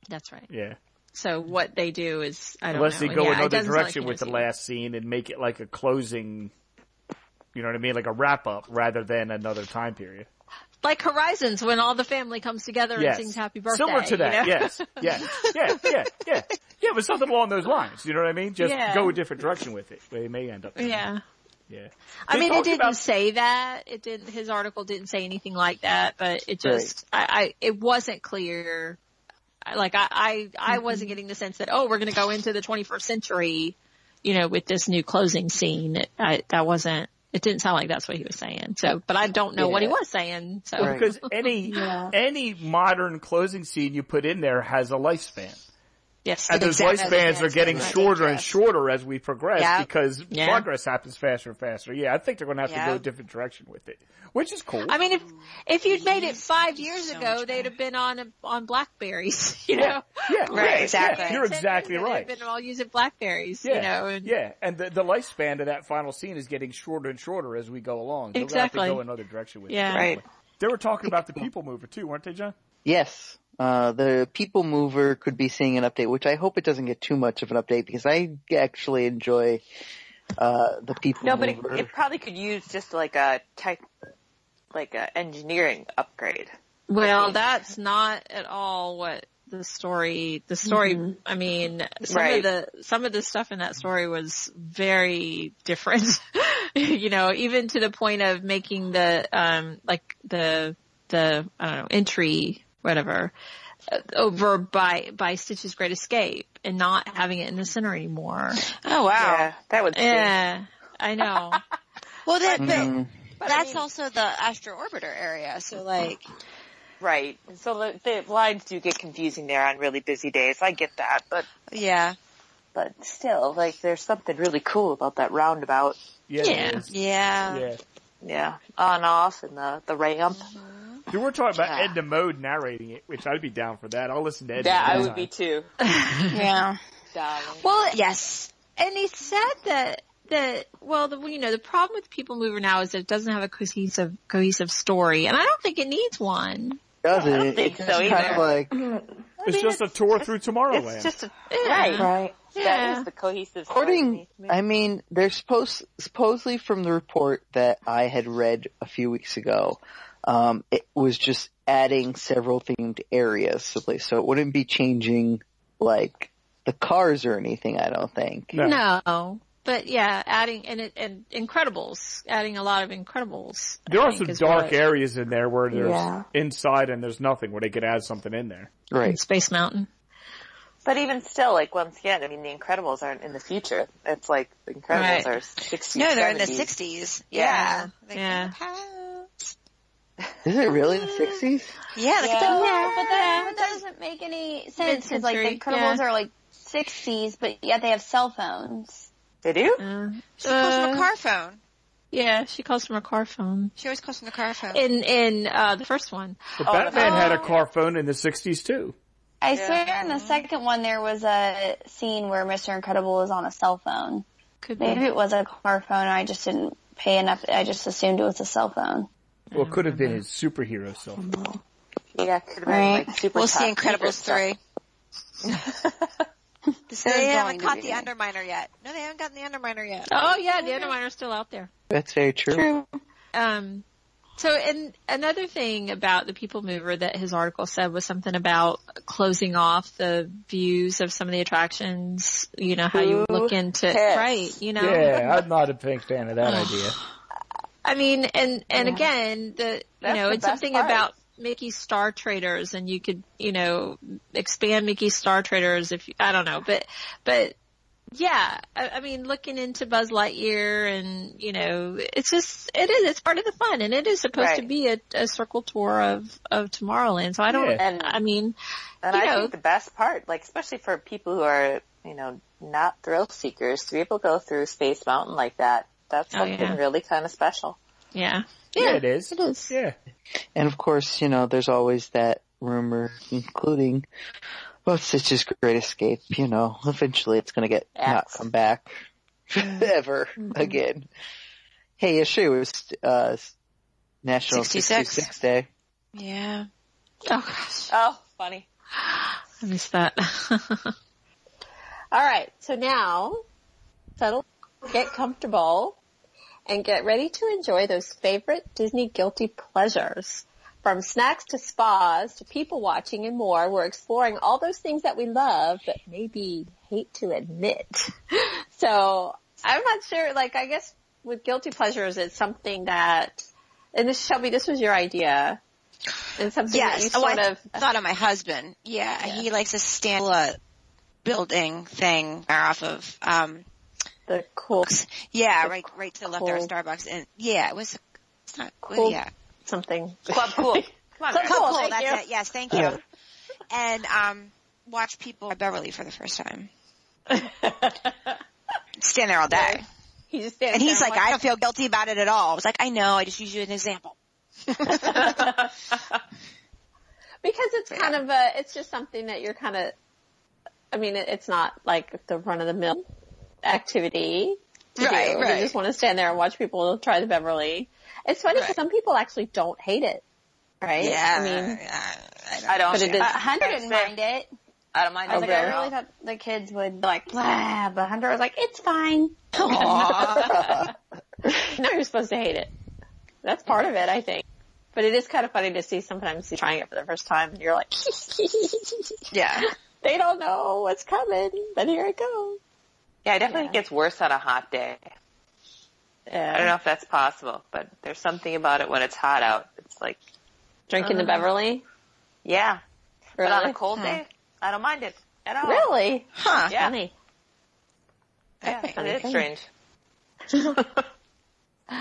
Speaker 1: That's right.
Speaker 3: Yeah,
Speaker 1: So what they do is I don't
Speaker 3: unless
Speaker 1: know.
Speaker 3: they go
Speaker 1: yeah, it
Speaker 3: another
Speaker 1: doesn't sound like
Speaker 3: direction
Speaker 1: he
Speaker 3: with the
Speaker 1: knows
Speaker 3: last scene and make it like a closing. You know what I mean, like a wrap up rather than another time period.
Speaker 1: either. like Horizons when all the family comes together
Speaker 3: yes.
Speaker 1: and sings Happy Birthday.
Speaker 3: Similar to that,
Speaker 1: you know?
Speaker 3: yes. Yeah, yeah, yeah, yeah. Yeah, but something along those lines, you know what I mean? Just
Speaker 1: Yeah.
Speaker 3: go a different direction with it. They may end
Speaker 1: (laughs)
Speaker 3: up.
Speaker 1: yeah.
Speaker 3: Yeah.
Speaker 1: I
Speaker 3: They
Speaker 1: mean, it
Speaker 3: talked
Speaker 1: didn't
Speaker 3: about-
Speaker 1: say that. It didn't. His article didn't say anything like that. But it just, I, I, it wasn't clear. I- Like I, I,
Speaker 3: Mm-hmm.
Speaker 1: I wasn't getting the sense that oh, we're going to go into the 21st century, you know, with this new closing scene. I, that wasn't. It It didn't sound like that's what he was saying. So, but I don't know what he
Speaker 6: Yeah.
Speaker 1: was saying. So
Speaker 6: Right.
Speaker 3: (laughs) Because any any modern closing scene you put in there has a lifespan.
Speaker 1: yes,
Speaker 3: And those
Speaker 2: Exactly.
Speaker 3: lifespans are getting
Speaker 2: Right.
Speaker 3: shorter and shorter as we progress
Speaker 2: Yeah.
Speaker 3: because
Speaker 1: Yeah.
Speaker 3: progress happens faster and faster. Yeah, I think they're going to have
Speaker 2: Yeah.
Speaker 3: to go a different direction with it, which is cool.
Speaker 1: I mean, if if you'd made it five years
Speaker 2: so
Speaker 1: ago,
Speaker 2: much
Speaker 1: they'd have been on a, on Blackberries, (laughs) you know.
Speaker 3: yeah,
Speaker 2: Right,
Speaker 3: yeah,
Speaker 2: exactly.
Speaker 3: Yeah, you're
Speaker 1: Ten years
Speaker 3: exactly
Speaker 1: ago, (laughs) they'd
Speaker 3: right.
Speaker 1: Been all using Blackberries,
Speaker 3: Yeah,
Speaker 1: you know. And,
Speaker 3: yeah, and the, the lifespan of that final scene is getting shorter and shorter as we go along. They're
Speaker 1: Exactly.
Speaker 3: going to have to go another direction with
Speaker 1: Yeah.
Speaker 3: it.
Speaker 1: Right.
Speaker 3: They were talking about the people mover too, weren't they, John?
Speaker 6: Yes, uh, the People Mover could be seeing an update, which I hope it doesn't get too much of an update because I actually enjoy uh, the People
Speaker 4: No, but it,
Speaker 6: Mover.
Speaker 4: it probably could use just like a tech, like a engineering upgrade.
Speaker 1: Well, that's not at all what the story. The story. I mean, some
Speaker 4: Right.
Speaker 1: of the some of the stuff in that story was very different. (laughs) you know, even to the point of making the um like the the I don't know entry whatever uh, over by by Stitch's Great Escape and not having it in the center anymore.
Speaker 2: Oh wow.
Speaker 4: Yeah, that would. Yeah.
Speaker 1: Yeah, I know.
Speaker 2: Well, that, but
Speaker 6: Mm,
Speaker 2: that's also the astro orbiter area. So like,
Speaker 4: Right. And so the, the lines do get confusing there on really busy days. I get that, but
Speaker 2: yeah,
Speaker 4: but still, like there's something really cool about that roundabout.
Speaker 3: Yeah. there
Speaker 1: Yeah.
Speaker 3: is.
Speaker 2: yeah,
Speaker 3: Yeah.
Speaker 4: Yeah, on off and the the ramp.
Speaker 3: Dude, we're talking about
Speaker 4: Yeah.
Speaker 3: Edna Mode narrating it, which I'd be down for that. I'll listen to Edna.
Speaker 4: Yeah, I
Speaker 3: all
Speaker 4: would
Speaker 3: the
Speaker 4: be
Speaker 3: time.
Speaker 4: too.
Speaker 2: yeah.
Speaker 4: Darling.
Speaker 1: well,
Speaker 2: Yes.
Speaker 1: and he said that that well, the, you know, the problem with People Mover now is that it doesn't have a cohesive cohesive story, and I don't think it needs one.
Speaker 6: does it?
Speaker 4: think
Speaker 6: It's
Speaker 4: so
Speaker 6: just kind
Speaker 4: either.
Speaker 6: of like
Speaker 3: It's
Speaker 4: mean,
Speaker 3: just a tour through Tomorrowland.
Speaker 4: It's just a,
Speaker 1: Yeah.
Speaker 4: right. That
Speaker 1: Yeah.
Speaker 4: is the cohesive. story
Speaker 6: According,
Speaker 4: we-
Speaker 6: I mean, they're supposed supposedly from the report that I had read a few weeks ago, um, it was just adding several themed areas, so they- so it wouldn't be changing like the cars or anything. I don't think.
Speaker 3: No.
Speaker 1: No, but yeah, adding and it, and Incredibles, adding a lot of Incredibles. I
Speaker 3: there are
Speaker 1: think,
Speaker 3: some
Speaker 1: is
Speaker 3: dark
Speaker 1: what-
Speaker 3: areas in there where there's
Speaker 4: Yeah.
Speaker 3: inside and there's nothing where they could add something in there.
Speaker 1: in
Speaker 6: Right.
Speaker 1: Space Mountain.
Speaker 4: But even still, like once again, I mean, the Incredibles aren't in the future. It's like the Incredibles
Speaker 1: Right.
Speaker 4: are 60s.
Speaker 2: No, they're in the
Speaker 4: 70s.
Speaker 2: sixties. Yeah.
Speaker 1: Yeah.
Speaker 2: Like,
Speaker 1: Yeah.
Speaker 6: Is it really
Speaker 4: Mm.
Speaker 6: the sixties?
Speaker 2: Yeah. Like,
Speaker 5: So,
Speaker 2: yeah.
Speaker 5: but that doesn't make any sense because like the
Speaker 1: Mid-century,
Speaker 5: Incredibles
Speaker 1: yeah.
Speaker 5: are like 60s, but yet they have cell phones.
Speaker 4: They do?
Speaker 1: Uh,
Speaker 2: She calls from
Speaker 1: uh,
Speaker 2: a car phone.
Speaker 1: Yeah, she calls from her car phone.
Speaker 2: She always calls from the car phone.
Speaker 1: In in uh the first one.
Speaker 3: But
Speaker 4: Oh,
Speaker 3: Batman had a
Speaker 5: no.
Speaker 3: car phone in the 60s too.
Speaker 5: I
Speaker 4: Yeah.
Speaker 5: swear in the second one there was a scene where Mr. Incredible is on a cell phone.
Speaker 1: Could
Speaker 5: Maybe
Speaker 1: be.
Speaker 5: it was a car phone. I just didn't pay enough. I just assumed it was a cell phone.
Speaker 3: Well, it could have been his superhero self.
Speaker 4: Yeah, could have been
Speaker 5: Right.
Speaker 4: like super
Speaker 2: we'll see
Speaker 4: top secret
Speaker 2: Incredibles
Speaker 4: stuff.
Speaker 2: three. (laughs)
Speaker 5: is
Speaker 2: they haven't
Speaker 5: going to
Speaker 2: caught
Speaker 5: be.
Speaker 2: the Underminer yet. No, they haven't gotten the Underminer yet.
Speaker 1: Oh yeah, the Underminer's still out there.
Speaker 6: That's very true.
Speaker 1: um so and another thing about the people mover that his article said was something about closing off the views of some of the attractions you know how you
Speaker 4: Who
Speaker 1: look into
Speaker 4: cares?
Speaker 1: right you know
Speaker 3: Yeah, I'm not a big fan of that idea.
Speaker 1: i mean and and again the you
Speaker 4: That's
Speaker 1: know
Speaker 4: the
Speaker 1: it's
Speaker 4: best
Speaker 1: something
Speaker 4: part.
Speaker 1: about mickey star traders and you could you know expand mickey star traders if you, i don't know but but yeah, I, I mean, looking into Buzz Lightyear and, you know, it's just, it is, it's part of the fun and it is supposed to
Speaker 4: Right.
Speaker 1: be a, a circle tour of, of Tomorrowland. So I don't,
Speaker 3: Yeah.
Speaker 4: And-
Speaker 2: Uh,
Speaker 1: I mean,
Speaker 4: And
Speaker 1: You
Speaker 4: I
Speaker 1: know.
Speaker 4: think the best part, like especially for people who are, you know, not thrill seekers, to be able to go through Space Mountain like that, that's
Speaker 1: Oh,
Speaker 4: something
Speaker 1: yeah.
Speaker 4: really kind of special.
Speaker 1: yeah.
Speaker 3: Yeah, it is.
Speaker 1: It is.
Speaker 3: Yeah.
Speaker 6: And of course, you know, there's always that rumor, including about Stitch's Great Escape. You know, eventually it's going to get not
Speaker 4: Axe.
Speaker 6: come back (laughs) ever again. Hey, yes, it was uh, National
Speaker 2: 66.
Speaker 6: 66. Day.
Speaker 2: Yeah.
Speaker 1: Oh gosh,
Speaker 4: Oh, funny.
Speaker 1: I missed that. (laughs)
Speaker 7: All right, so now settle, get comfortable, and get ready to enjoy those favorite Disney guilty pleasures. From snacks to spas to people watching and more, we're exploring all those things that we love but maybe hate to admit. (laughs) so I'm not sure, like I guess with guilty pleasures it's something that, and this Shelby, this was your idea, and something that you
Speaker 2: Yes. Oh,
Speaker 7: sort
Speaker 2: I
Speaker 7: of,
Speaker 2: thought of my husband. Yeah, he likes a standalone building thing or off of um
Speaker 1: the cool
Speaker 2: Yeah,
Speaker 1: The
Speaker 2: right, right to the left there was
Speaker 1: cool-
Speaker 2: Starbucks, and yeah, it was. It's not
Speaker 1: Cool.
Speaker 2: Yeah,
Speaker 1: something.
Speaker 2: Club
Speaker 7: (laughs)
Speaker 2: Cool.
Speaker 1: Come
Speaker 2: Club Cool. that's it. Yes, thank you. And um, watch people at Beverly for the first time. Stand there all day,
Speaker 7: (laughs)
Speaker 1: He just stands
Speaker 2: and he's
Speaker 1: there
Speaker 2: like, "I don't feel guilty about it at all." I was like, "I know. I just use you as an example."
Speaker 1: because it's kind of a, it's just something that you're kind of, I mean, it, it's not like the run of the mill activity. to do.
Speaker 2: Right,
Speaker 1: You
Speaker 2: right.
Speaker 1: just want to stand there and watch people try the Beverly. It's funny because
Speaker 2: Right.
Speaker 1: some people actually don't hate it, right?
Speaker 2: Yeah,
Speaker 1: I mean,
Speaker 2: I don't.
Speaker 5: I don't.
Speaker 1: But it
Speaker 5: A
Speaker 1: is-
Speaker 5: hundred
Speaker 1: it's (laughs)
Speaker 5: didn't
Speaker 1: there.
Speaker 5: mind it.
Speaker 8: I don't mind
Speaker 5: I was like, I
Speaker 1: Okay.
Speaker 5: really thought the kids would like, blah, but Hunter was like, it's fine.
Speaker 1: no, you're supposed to hate it. That's part of it, I think. But it is kind of funny to see sometimes you trying it for the first time and you're like,
Speaker 2: yeah.
Speaker 1: (laughs) they don't know what's coming, but here it goes.
Speaker 8: (laughs) Yeah, it definitely
Speaker 1: Yeah.
Speaker 8: gets worse on a hot day.
Speaker 1: Yeah.
Speaker 8: I don't know if that's possible, but there's something about it when it's hot out. It's like,
Speaker 1: Drinking the Beverly?
Speaker 8: yeah, but on
Speaker 1: Really? Hmm.
Speaker 8: a cold day, I don't mind it at all.
Speaker 1: Oh. Really?
Speaker 2: Huh.
Speaker 8: Yeah.
Speaker 1: Funny.
Speaker 8: Yeah,
Speaker 2: Okay.
Speaker 8: it is strange.
Speaker 1: (laughs) So,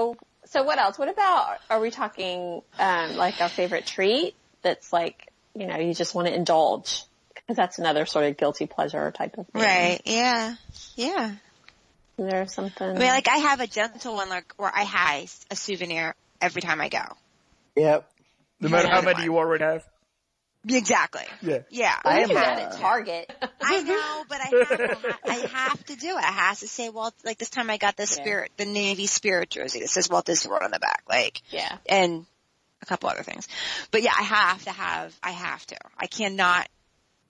Speaker 1: Oh, so what else? What about, are we talking, um, like our favorite treat that's like, you know, you just want to indulge? Cause that's another sort of guilty pleasure type of thing.
Speaker 2: Right. Yeah. Yeah.
Speaker 1: There's something.
Speaker 2: I mean, like I have a gentle one, like where I have a souvenir every time I go.
Speaker 6: Yep.
Speaker 3: No matter how many you already have.
Speaker 2: Exactly.
Speaker 3: Yeah.
Speaker 2: Yeah.
Speaker 6: I
Speaker 1: I
Speaker 6: am
Speaker 1: do that at
Speaker 6: uh,
Speaker 1: Target.
Speaker 2: I know, but I have, I have to do it. I have to say, well, like this time I got the spirit, the Navy spirit jersey that says Walt Disney World on the back, like,
Speaker 1: yeah.
Speaker 2: and a couple other things. But yeah, I have to have, I have to. I cannot,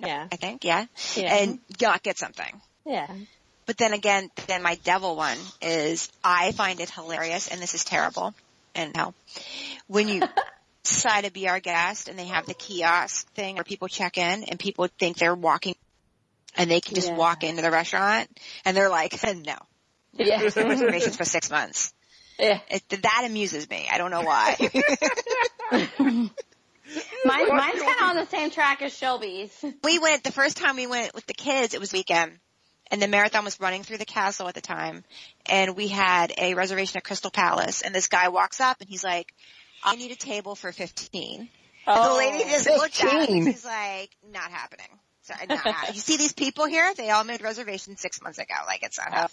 Speaker 1: Yeah.
Speaker 2: I think, yeah,
Speaker 1: Yeah.
Speaker 2: and not get something.
Speaker 1: (laughs) yeah.
Speaker 2: But then again, then my devil one is I find it hilarious, and this is terrible, and no,
Speaker 1: (laughs)
Speaker 2: when you decide to be our guest and they have the kiosk thing where people check in and people think they're walking and they can just
Speaker 1: Yeah.
Speaker 2: walk into the restaurant and they're like, (laughs) no,
Speaker 1: (laughs) Yeah.
Speaker 2: reservations for six months.
Speaker 1: (laughs) yeah.
Speaker 2: It, that amuses me. I don't
Speaker 1: (laughs)
Speaker 2: know why.
Speaker 5: Mine, mine's kind of on the same track as Shelby's.
Speaker 2: we went the first time we went with the kids it was weekend and the marathon was running through the castle at the time and we had a reservation at crystal palace and this guy walks up and he's like i need a table for 15 and the lady just looked at him
Speaker 6: 15.
Speaker 2: and she's like not happening Sorry, not happening. you see these people here they all made reservations six months ago like it's not happening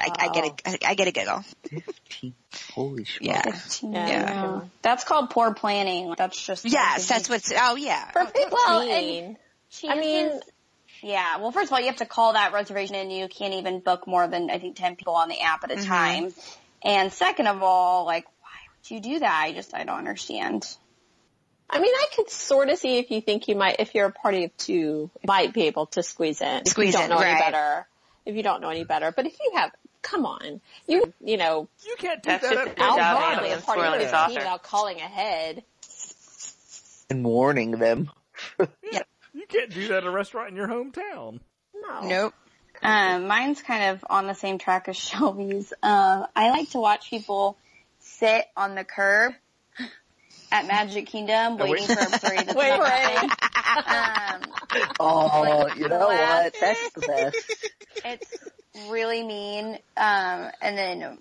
Speaker 2: I, I get a, I, I get a giggle.
Speaker 6: Holy shit.
Speaker 2: Yeah.
Speaker 1: Yeah.
Speaker 5: I know. That's called poor planning. Like, That's just.
Speaker 2: Yes, that's what's, oh yeah.
Speaker 5: for people.
Speaker 1: Well, and-
Speaker 5: and I mean,
Speaker 1: mean-
Speaker 5: yeah. Well, first of all, you have to call that reservation in. You can't even book more than I think ten people on the app at a
Speaker 1: Mm-hmm.
Speaker 5: time. And second of all, like, why would you do that? I just I don't understand.
Speaker 1: I mean, I could sort of see if you think you might, if you're a party of two, you might be able to squeeze in. If you
Speaker 2: Squeeze
Speaker 1: don't
Speaker 2: in,
Speaker 1: know
Speaker 2: right.
Speaker 1: any better. If you don't know any better, but if you have, come on, you you know,
Speaker 3: You can't do
Speaker 8: That's
Speaker 3: that
Speaker 8: just
Speaker 3: at
Speaker 8: the
Speaker 3: Big
Speaker 8: job
Speaker 3: Bottom.
Speaker 8: of
Speaker 1: outbound a
Speaker 8: William
Speaker 1: party of
Speaker 8: Swirling
Speaker 1: two
Speaker 3: Yeah.
Speaker 8: author.
Speaker 1: without calling ahead.
Speaker 6: And warning them.
Speaker 3: You can't do that at a restaurant in your hometown.
Speaker 1: No,
Speaker 2: Nope.
Speaker 5: Um, mine's kind of on the same track as (laughs) Shelby's. Uh, I like to watch people sit on the curb at
Speaker 1: (laughs)
Speaker 5: Magic Kingdom waiting for a parade. That's
Speaker 1: Wait,
Speaker 5: not
Speaker 1: wait.
Speaker 5: happening. Um,
Speaker 6: Oh,
Speaker 5: Like,
Speaker 6: (laughs) you know what? That's the best.
Speaker 5: It's really mean. Um, and then uh,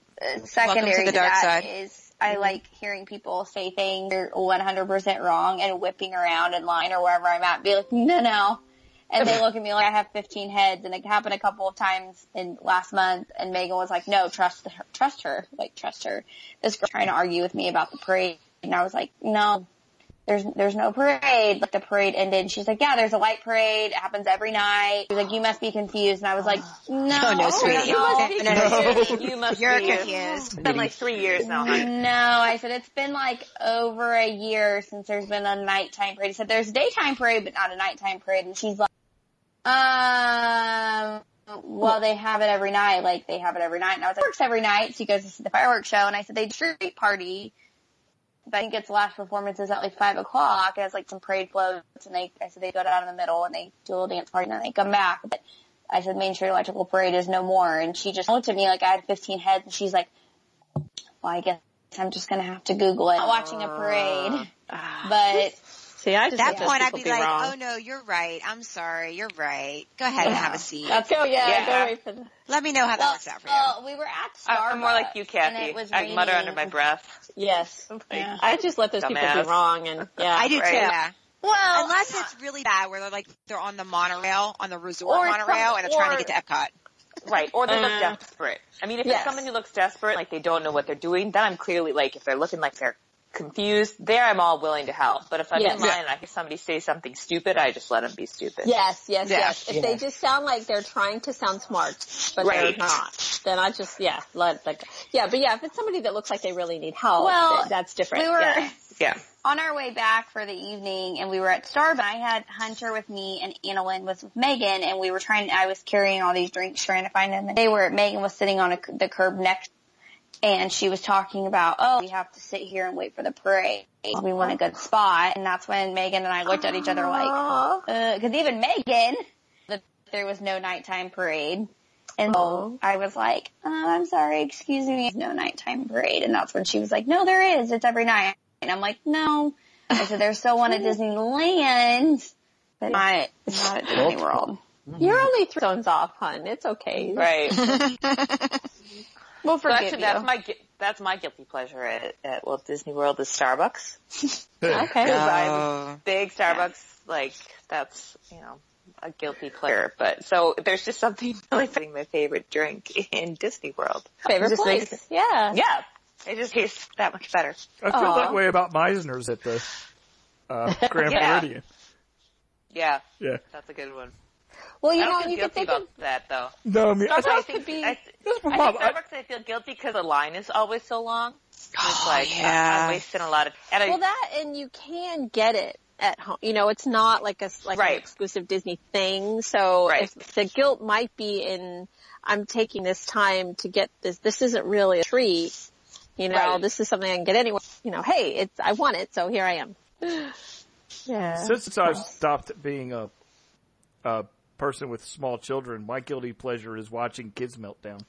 Speaker 5: secondary
Speaker 2: the
Speaker 5: to,
Speaker 2: dark
Speaker 5: that
Speaker 2: side. Mm-hmm.
Speaker 5: is I like hearing people say things they're 100% wrong and whipping around in line or wherever I'm at, be like, no, no. And they look at me like I have 15 heads and it happened a couple of times in last month and Megan was like, no, trust her, trust her, like trust her. This girl trying to argue with me about the parade and I was like, no, there's there's no parade. Like the parade ended. And she's like, yeah, there's a light parade. It happens every night. She's like, you must be confused. And I was like, no,
Speaker 2: (laughs) Oh, no, sweetie.
Speaker 5: no.
Speaker 2: You must
Speaker 1: be
Speaker 2: No, no, no.
Speaker 1: confused. (laughs)
Speaker 8: You must
Speaker 2: You're
Speaker 8: be.
Speaker 2: confused.
Speaker 8: It's been like three years now, honey.
Speaker 5: No, I said it's been like over a year since there's been a nighttime parade. I said there's a daytime parade, but not a nighttime parade. And she's like, um, well, they have it every night. Like they have it every night. And I was like, works every night. She goes to see the fireworks show. And I said they do street party, but I think its last performance is at like five o'clock. It has like some parade floats, and they I said they go down in the middle and they do a little dance party, and then they come back. But I said Main Street Electrical Parade is no more. And she just looked at me like I had 15 heads, and she's like, (laughs)
Speaker 8: Uh, ah,
Speaker 5: well, I guess I'm just gonna have to Google it. Not watching a parade, but
Speaker 7: See, I just
Speaker 2: At
Speaker 7: let
Speaker 2: that
Speaker 7: those
Speaker 2: point, I'd
Speaker 7: people
Speaker 2: be like,
Speaker 7: wrong.
Speaker 2: "Oh no, you're right. I'm sorry. You're right. Go ahead and have a seat.
Speaker 7: Let's go, yeah,
Speaker 8: Yeah.
Speaker 7: go away for the-
Speaker 2: Let me know how that
Speaker 8: Well, oh,
Speaker 2: works out for you."
Speaker 5: Well, we were at Starbucks.
Speaker 8: Uh, I'm more like you, Kathy.
Speaker 5: And it was
Speaker 8: I mutter under
Speaker 5: raining.
Speaker 8: my breath.
Speaker 7: Yes.
Speaker 5: Yeah.
Speaker 7: I just let those people
Speaker 8: Dumbass.
Speaker 7: be wrong and yeah.
Speaker 2: I do
Speaker 8: Right. Oh, uh,
Speaker 2: too. Yeah.
Speaker 5: Well,
Speaker 2: Unless it's really bad, where they're like they're on the monorail, on the resort
Speaker 8: Or it's
Speaker 2: monorail,
Speaker 8: some-
Speaker 2: and they're trying to
Speaker 8: or-
Speaker 2: get to
Speaker 8: (laughs)
Speaker 2: Epcot.
Speaker 8: Right. Or they
Speaker 7: Uh,
Speaker 8: look desperate. I mean, if
Speaker 7: yes.
Speaker 8: it's someone who looks desperate, like they don't know what they're doing, then I'm clearly like, if they're looking like they're confused, there I'm all willing to help. But if I'm
Speaker 7: Yes.
Speaker 8: in line and I hear somebody say something stupid, I just let them be stupid.
Speaker 7: Yes, yes,
Speaker 2: Yeah.
Speaker 7: yes. If they just sound like they're trying to sound smart, but they're
Speaker 8: Right.
Speaker 7: not, then I just yeah, let like yeah, but yeah, if it's somebody that looks like they really need help,
Speaker 5: Well,
Speaker 7: th- that's different.
Speaker 5: we were
Speaker 7: yeah.
Speaker 8: Yeah.
Speaker 5: on our way back for the evening and we were at Starbucks. I had Hunter with me and Annalyn was with Megan and we were trying, I was carrying all these drinks trying to find them and they were, Megan was sitting on a, the curb next and she was talking about, oh, we have to sit here and wait for the parade. We want a good spot. And that's when Megan and I looked at each other like,
Speaker 7: Aw.
Speaker 5: uh, cause even Megan, that there was no nighttime parade. And so I was like, oh, I'm sorry, excuse me, no nighttime parade. And that's when she was like, no, there is, it's every night. And I'm like, no. I said, there's still one at Disneyland, but Oh. not, not at Disney World. Mm-hmm.
Speaker 7: You're only three zones off, hun. It's okay. (laughs)
Speaker 8: Right. so
Speaker 5: We'll forgive
Speaker 8: actually, that's
Speaker 5: you.
Speaker 8: my, gu- that's my guilty pleasure at, at Walt Disney World is Starbucks.
Speaker 7: Okay.
Speaker 8: Because (laughs) I'm big Starbucks, like, that's, you know, a guilty pleasure. But, so there's just something (laughs) really putting my favorite drink in Disney World.
Speaker 7: Favorite
Speaker 8: Just
Speaker 7: place.
Speaker 8: makes-
Speaker 7: yeah.
Speaker 8: Yeah. It just tastes that much better.
Speaker 3: I feel
Speaker 7: Aw.
Speaker 3: that way about Meisner's at the uh, Grand
Speaker 8: Yeah.
Speaker 3: Floridian.
Speaker 8: Yeah,
Speaker 3: Yeah.
Speaker 8: that's a good one.
Speaker 7: Well, you
Speaker 8: I don't
Speaker 7: know,
Speaker 8: feel
Speaker 7: you could
Speaker 8: guilty
Speaker 7: think of
Speaker 8: about that though.
Speaker 3: No, I mean,
Speaker 7: Starbucks
Speaker 3: I,
Speaker 8: I
Speaker 3: that's,
Speaker 8: think,
Speaker 7: could be-
Speaker 8: I,
Speaker 1: (laughs)
Speaker 8: th-
Speaker 3: that's my
Speaker 8: I think
Speaker 3: problem. I,
Speaker 8: Starbucks I feel guilty because the line is always so long. It's like I-
Speaker 2: yeah.
Speaker 8: I'm wasting a lot of. And I,
Speaker 7: Well, that and you can get it at home. You know, it's not like a s- like
Speaker 8: Right.
Speaker 7: an exclusive Disney thing. So
Speaker 8: Right.
Speaker 7: if the guilt might be in, I'm taking this time to get this. This isn't really a treat. You know,
Speaker 8: Right.
Speaker 7: this is something I can get anywhere. You know, hey, it's I want it, so here I am. Yeah.
Speaker 3: since I've stopped being a, a person with small children, my guilty pleasure is watching kids meltdown.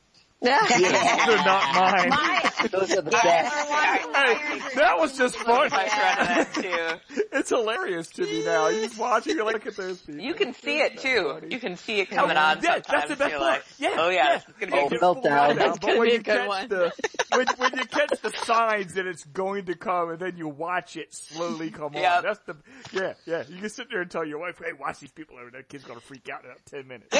Speaker 3: Those are not mine.
Speaker 6: Those are the best.
Speaker 8: (laughs)
Speaker 3: Hey, that was just funny.
Speaker 8: pressure out of that too.
Speaker 3: (laughs) It's hilarious to me now. You just watch it, you're like, look at those people.
Speaker 8: You can see it too. You can see it coming
Speaker 3: Yeah,
Speaker 8: on.
Speaker 3: that's
Speaker 8: sometimes.
Speaker 3: the best
Speaker 8: You're
Speaker 3: part.
Speaker 8: like,
Speaker 3: Yeah,
Speaker 8: Oh
Speaker 3: yeah.
Speaker 8: yeah. It's gonna be a
Speaker 6: Oh,
Speaker 8: good-
Speaker 6: meltdown.
Speaker 7: gonna
Speaker 3: That's but when
Speaker 7: be a
Speaker 3: you
Speaker 7: good
Speaker 3: catch
Speaker 7: one.
Speaker 3: the when, when you catch the signs that it's going to come, and then you watch it slowly come on.
Speaker 8: Yep.
Speaker 3: That's the yeah, yeah. You can sit there and tell your wife, "Hey, watch these people over there. Kid's gonna freak out in about ten minutes."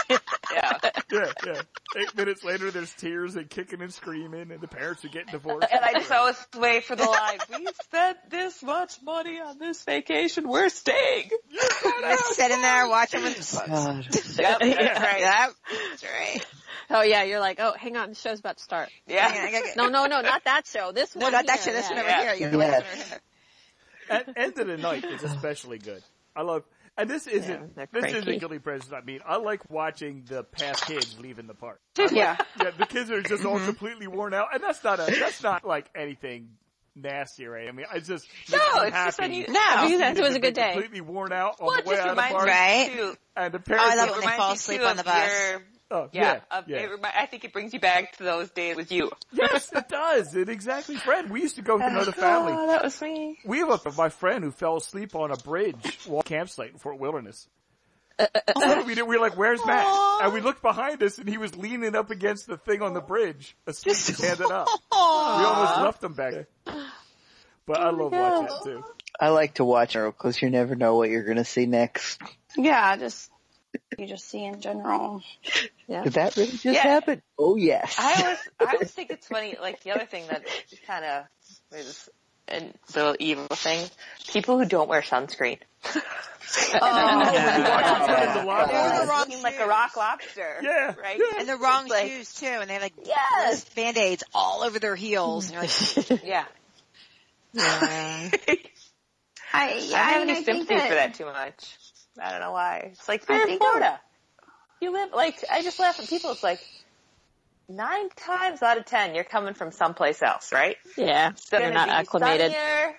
Speaker 8: (laughs) yeah.
Speaker 3: yeah, yeah. Eight minutes later, there's tears and kicking and screaming, and the parents are getting divorced.
Speaker 8: (laughs) And I just always wait for the line. We spent this much money on this vacation. We're staying.
Speaker 2: Just sitting there watching with (laughs) the books.
Speaker 6: God.
Speaker 8: (laughs) Yep, that's right.
Speaker 2: Yep. That's right.
Speaker 7: Oh yeah, you're like, oh, hang on, the show's about to start.
Speaker 2: (laughs) Yeah, I
Speaker 8: Yeah.
Speaker 2: gotta get-
Speaker 7: No, no, no, not that show. This
Speaker 2: No,
Speaker 7: one.
Speaker 2: not that
Speaker 7: here,
Speaker 2: shit. That's
Speaker 7: yeah.
Speaker 2: one over
Speaker 8: yeah.
Speaker 2: here. You're the
Speaker 6: Yes.
Speaker 2: one over here.
Speaker 3: At end of the night is especially good. I love, and this isn't
Speaker 8: they're
Speaker 3: this
Speaker 8: cranky.
Speaker 3: isn't guilty pleasure. I mean, I like watching the past kids leaving the park.
Speaker 8: (laughs)
Speaker 7: Yeah.
Speaker 3: Yeah, the kids are just
Speaker 8: Mm-hmm.
Speaker 3: all completely worn out, and that's not a that's not like anything nasty, right? I mean, it's just no,
Speaker 8: it's just when you-
Speaker 2: No.
Speaker 7: Because it was a good day.
Speaker 3: Completely worn out on
Speaker 8: Well, it
Speaker 3: the way
Speaker 8: just
Speaker 3: out of the
Speaker 8: reminds
Speaker 3: park,
Speaker 8: me
Speaker 2: (laughs) Right.
Speaker 8: too.
Speaker 3: and the
Speaker 2: Oh,
Speaker 3: parents.
Speaker 2: I love
Speaker 3: were-
Speaker 2: it when they
Speaker 8: reminds
Speaker 2: fall
Speaker 8: me,
Speaker 2: asleep
Speaker 8: too,
Speaker 2: on the
Speaker 8: of
Speaker 2: bus.
Speaker 8: your-
Speaker 3: oh,
Speaker 8: yeah,
Speaker 3: yeah,
Speaker 8: of-
Speaker 3: yeah.
Speaker 8: It remi- I think it brings you back to those days with you.
Speaker 3: yes, it does. It exactly, Fred. We used to
Speaker 8: (laughs)
Speaker 3: go with another family.
Speaker 8: Oh, that was me.
Speaker 3: We have a my friend who fell asleep on a bridge while campsite in Fort Wilderness. (laughs) That's what we did. We were like, "Where's Matt?" And we looked behind us, and he was leaning up against the thing on the bridge, asleep, handed up. We almost left him back. there. But I love watching it too.
Speaker 6: I like to watch her because you never know what you're going to see next.
Speaker 5: yeah, just, you just see in general.
Speaker 6: Did that really just
Speaker 8: Yeah.
Speaker 6: happen? Oh yes.
Speaker 8: I always, I always think it's funny. Like the other thing that kind of is a little evil thing: people who don't wear sunscreen.
Speaker 3: Yeah.
Speaker 2: (laughs) They're in the wrong
Speaker 8: Looking Oh. like a rock lobster.
Speaker 3: Yeah,
Speaker 8: Right.
Speaker 3: yeah.
Speaker 2: And the wrong
Speaker 8: Like-
Speaker 2: shoes too, and they have like
Speaker 7: Yes.
Speaker 2: band-aids all over their heels. And you're
Speaker 8: (laughs)
Speaker 2: like,
Speaker 8: (laughs) Yeah.
Speaker 5: I,
Speaker 8: I
Speaker 5: I
Speaker 8: don't have
Speaker 5: mean,
Speaker 8: any
Speaker 5: I think
Speaker 8: sympathy for that too much. I don't know why. It's like you're in Florida. You live like I just laugh at people. It's like nine times out of ten you're coming from someplace else, right?
Speaker 7: Yeah. So they're
Speaker 8: gonna
Speaker 7: not
Speaker 8: be
Speaker 7: acclimated.
Speaker 8: sunnier.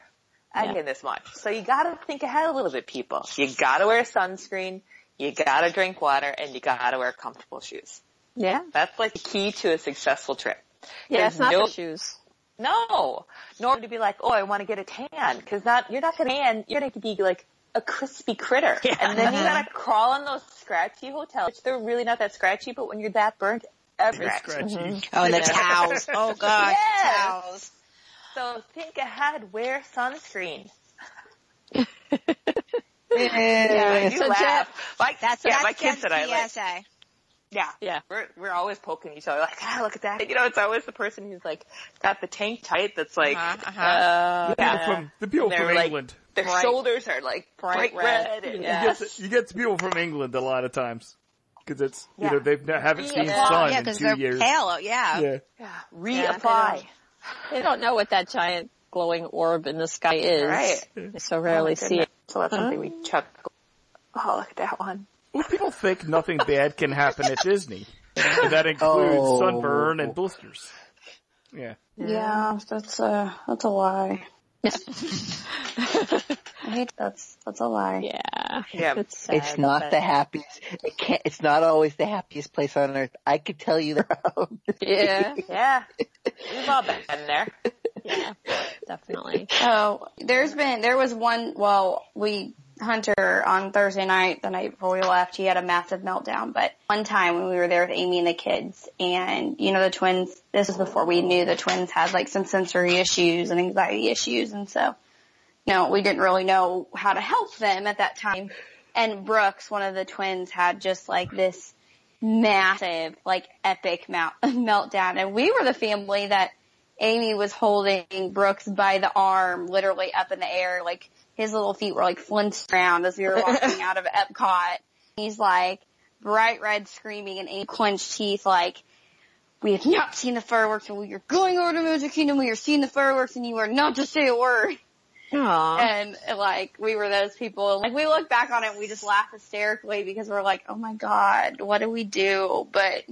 Speaker 8: I
Speaker 7: Yeah.
Speaker 8: get this much. So you gotta think ahead a little bit, people. You gotta wear sunscreen, you gotta drink water, and you gotta wear comfortable shoes.
Speaker 7: Yeah.
Speaker 8: That's like the key to a successful trip.
Speaker 7: Yeah,
Speaker 8: There's
Speaker 7: it's not
Speaker 8: no-
Speaker 7: the shoes.
Speaker 8: No! nor to be like, oh, I want to get a tan, because not you're not gonna tan. You're gonna be like a crispy critter, and (laughs) then you gotta crawl in those scratchy hotels. Which they're really not that scratchy, but when you're that burnt, every
Speaker 3: It's scratchy.
Speaker 2: Oh, (laughs) and the towels. Oh god,
Speaker 8: Yes.
Speaker 2: towels.
Speaker 8: So think ahead, wear sunscreen.
Speaker 2: Yeah,
Speaker 8: you
Speaker 7: so
Speaker 8: laugh. my,
Speaker 2: that's
Speaker 8: yeah,
Speaker 2: that's
Speaker 8: my kids
Speaker 2: Jen's
Speaker 8: and I like
Speaker 2: PSA.
Speaker 8: Yeah, yeah. We're we're always poking each other like, ah, look at (laughs) that. You know, it's always the person who's like got the tank tight that's like,
Speaker 2: Uh-huh, uh-huh.
Speaker 8: uh,
Speaker 3: People
Speaker 8: yeah.
Speaker 3: from the people
Speaker 8: They're
Speaker 3: from
Speaker 8: like-
Speaker 3: England.
Speaker 8: their
Speaker 2: bright-
Speaker 8: shoulders are like bright, red. and,
Speaker 3: You get the- you get the people from England a lot of times because it's you know they've not, haven't seen
Speaker 7: Yeah.
Speaker 3: sun
Speaker 2: Oh, yeah,
Speaker 3: in
Speaker 2: because
Speaker 3: two
Speaker 2: they're
Speaker 3: years.
Speaker 2: pale. oh, Yeah.
Speaker 3: Yeah,
Speaker 8: yeah,
Speaker 7: Yeah,
Speaker 8: reapply.
Speaker 7: They don't know what that giant glowing orb in the sky is.
Speaker 8: Right.
Speaker 7: They so rarely see it.
Speaker 8: Oh So that's something we chuckle. Oh, look at that one.
Speaker 3: well, people think nothing bad can happen at Disney. And that includes
Speaker 6: Oh.
Speaker 3: sunburn and blisters. Yeah,
Speaker 5: Yeah, that's uh, a that's a lie. (laughs) I hate that's that's a lie.
Speaker 7: Yeah.
Speaker 8: Yeah.
Speaker 7: It's, sad,
Speaker 6: It's not
Speaker 7: but
Speaker 6: the happiest. It can't, it's not always the happiest place on earth. I could tell you that.
Speaker 1: Um,
Speaker 7: Yeah.
Speaker 8: Yeah. We've all been there.
Speaker 7: Yeah. Definitely.
Speaker 5: Oh, there's been there was one. Well, we Hunter on Thursday night, the night before we left, he had a massive meltdown. But one time when we were there with Amy and the kids, and you know the twins. This was before we knew the twins had like some sensory issues and anxiety issues, and so no, we didn't really know how to help them at that time. And Brooks, one of the twins, had just like this massive, like epic mount- (laughs) meltdown, and we were the family that Amy was holding Brooks by the arm, literally up in the air, like his little feet were like flinched around as we were walking out of Epcot. He's like bright red screaming and Amy clenched teeth like, we have not seen the fireworks and we are going over to Magic Kingdom, we are seeing the fireworks and you are not to say a word. And like we were those people, like we look back on it and we just laugh hysterically because we're like, oh my god, what do we do? But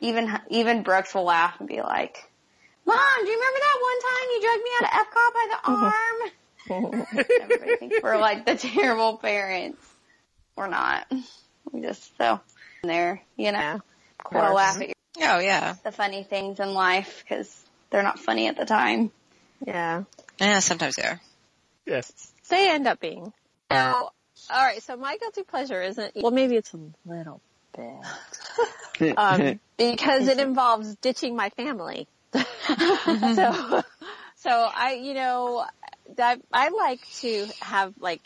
Speaker 5: even, even Brooks will laugh and be like, Mom, do you remember that one time you dragged me out of Epcot by the arm?
Speaker 7: Oh. (laughs)
Speaker 5: Everybody thinks we're like the terrible parents. We're not. We just so in there, you know. we'll laugh at
Speaker 2: Oh yeah.
Speaker 5: the funny things in life because they're not funny at the time.
Speaker 7: Yeah.
Speaker 2: Yeah, sometimes they are.
Speaker 3: yes.
Speaker 7: They end up being. So, alright, so my guilty pleasure isn't, e- well maybe it's a little bit. um, because it involves ditching my family. so, so I, you know, I, I like to have like,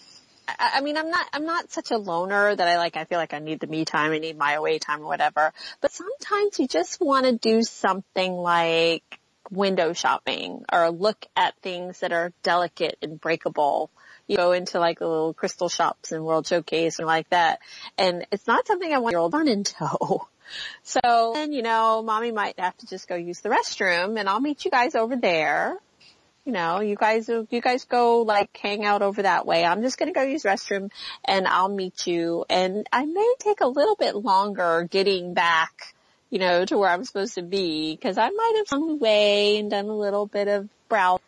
Speaker 7: I, I mean, I'm not, I'm not such a loner that I like, I feel like I need the me time, I need my away time or whatever, but sometimes you just want to do something like window shopping or look at things that are delicate and breakable. You go into like the little crystal shops and world showcase and like that. And it's not something I want your old son in (laughs) tow. So then, you know, mommy might have to just go use the restroom and I'll meet you guys over there. You know, you guys, you guys go like hang out over that way. I'm just going to go use the restroom and I'll meet you. And I may take a little bit longer getting back, you know, to where I'm supposed to be because I might have gone away and done a little bit of brow.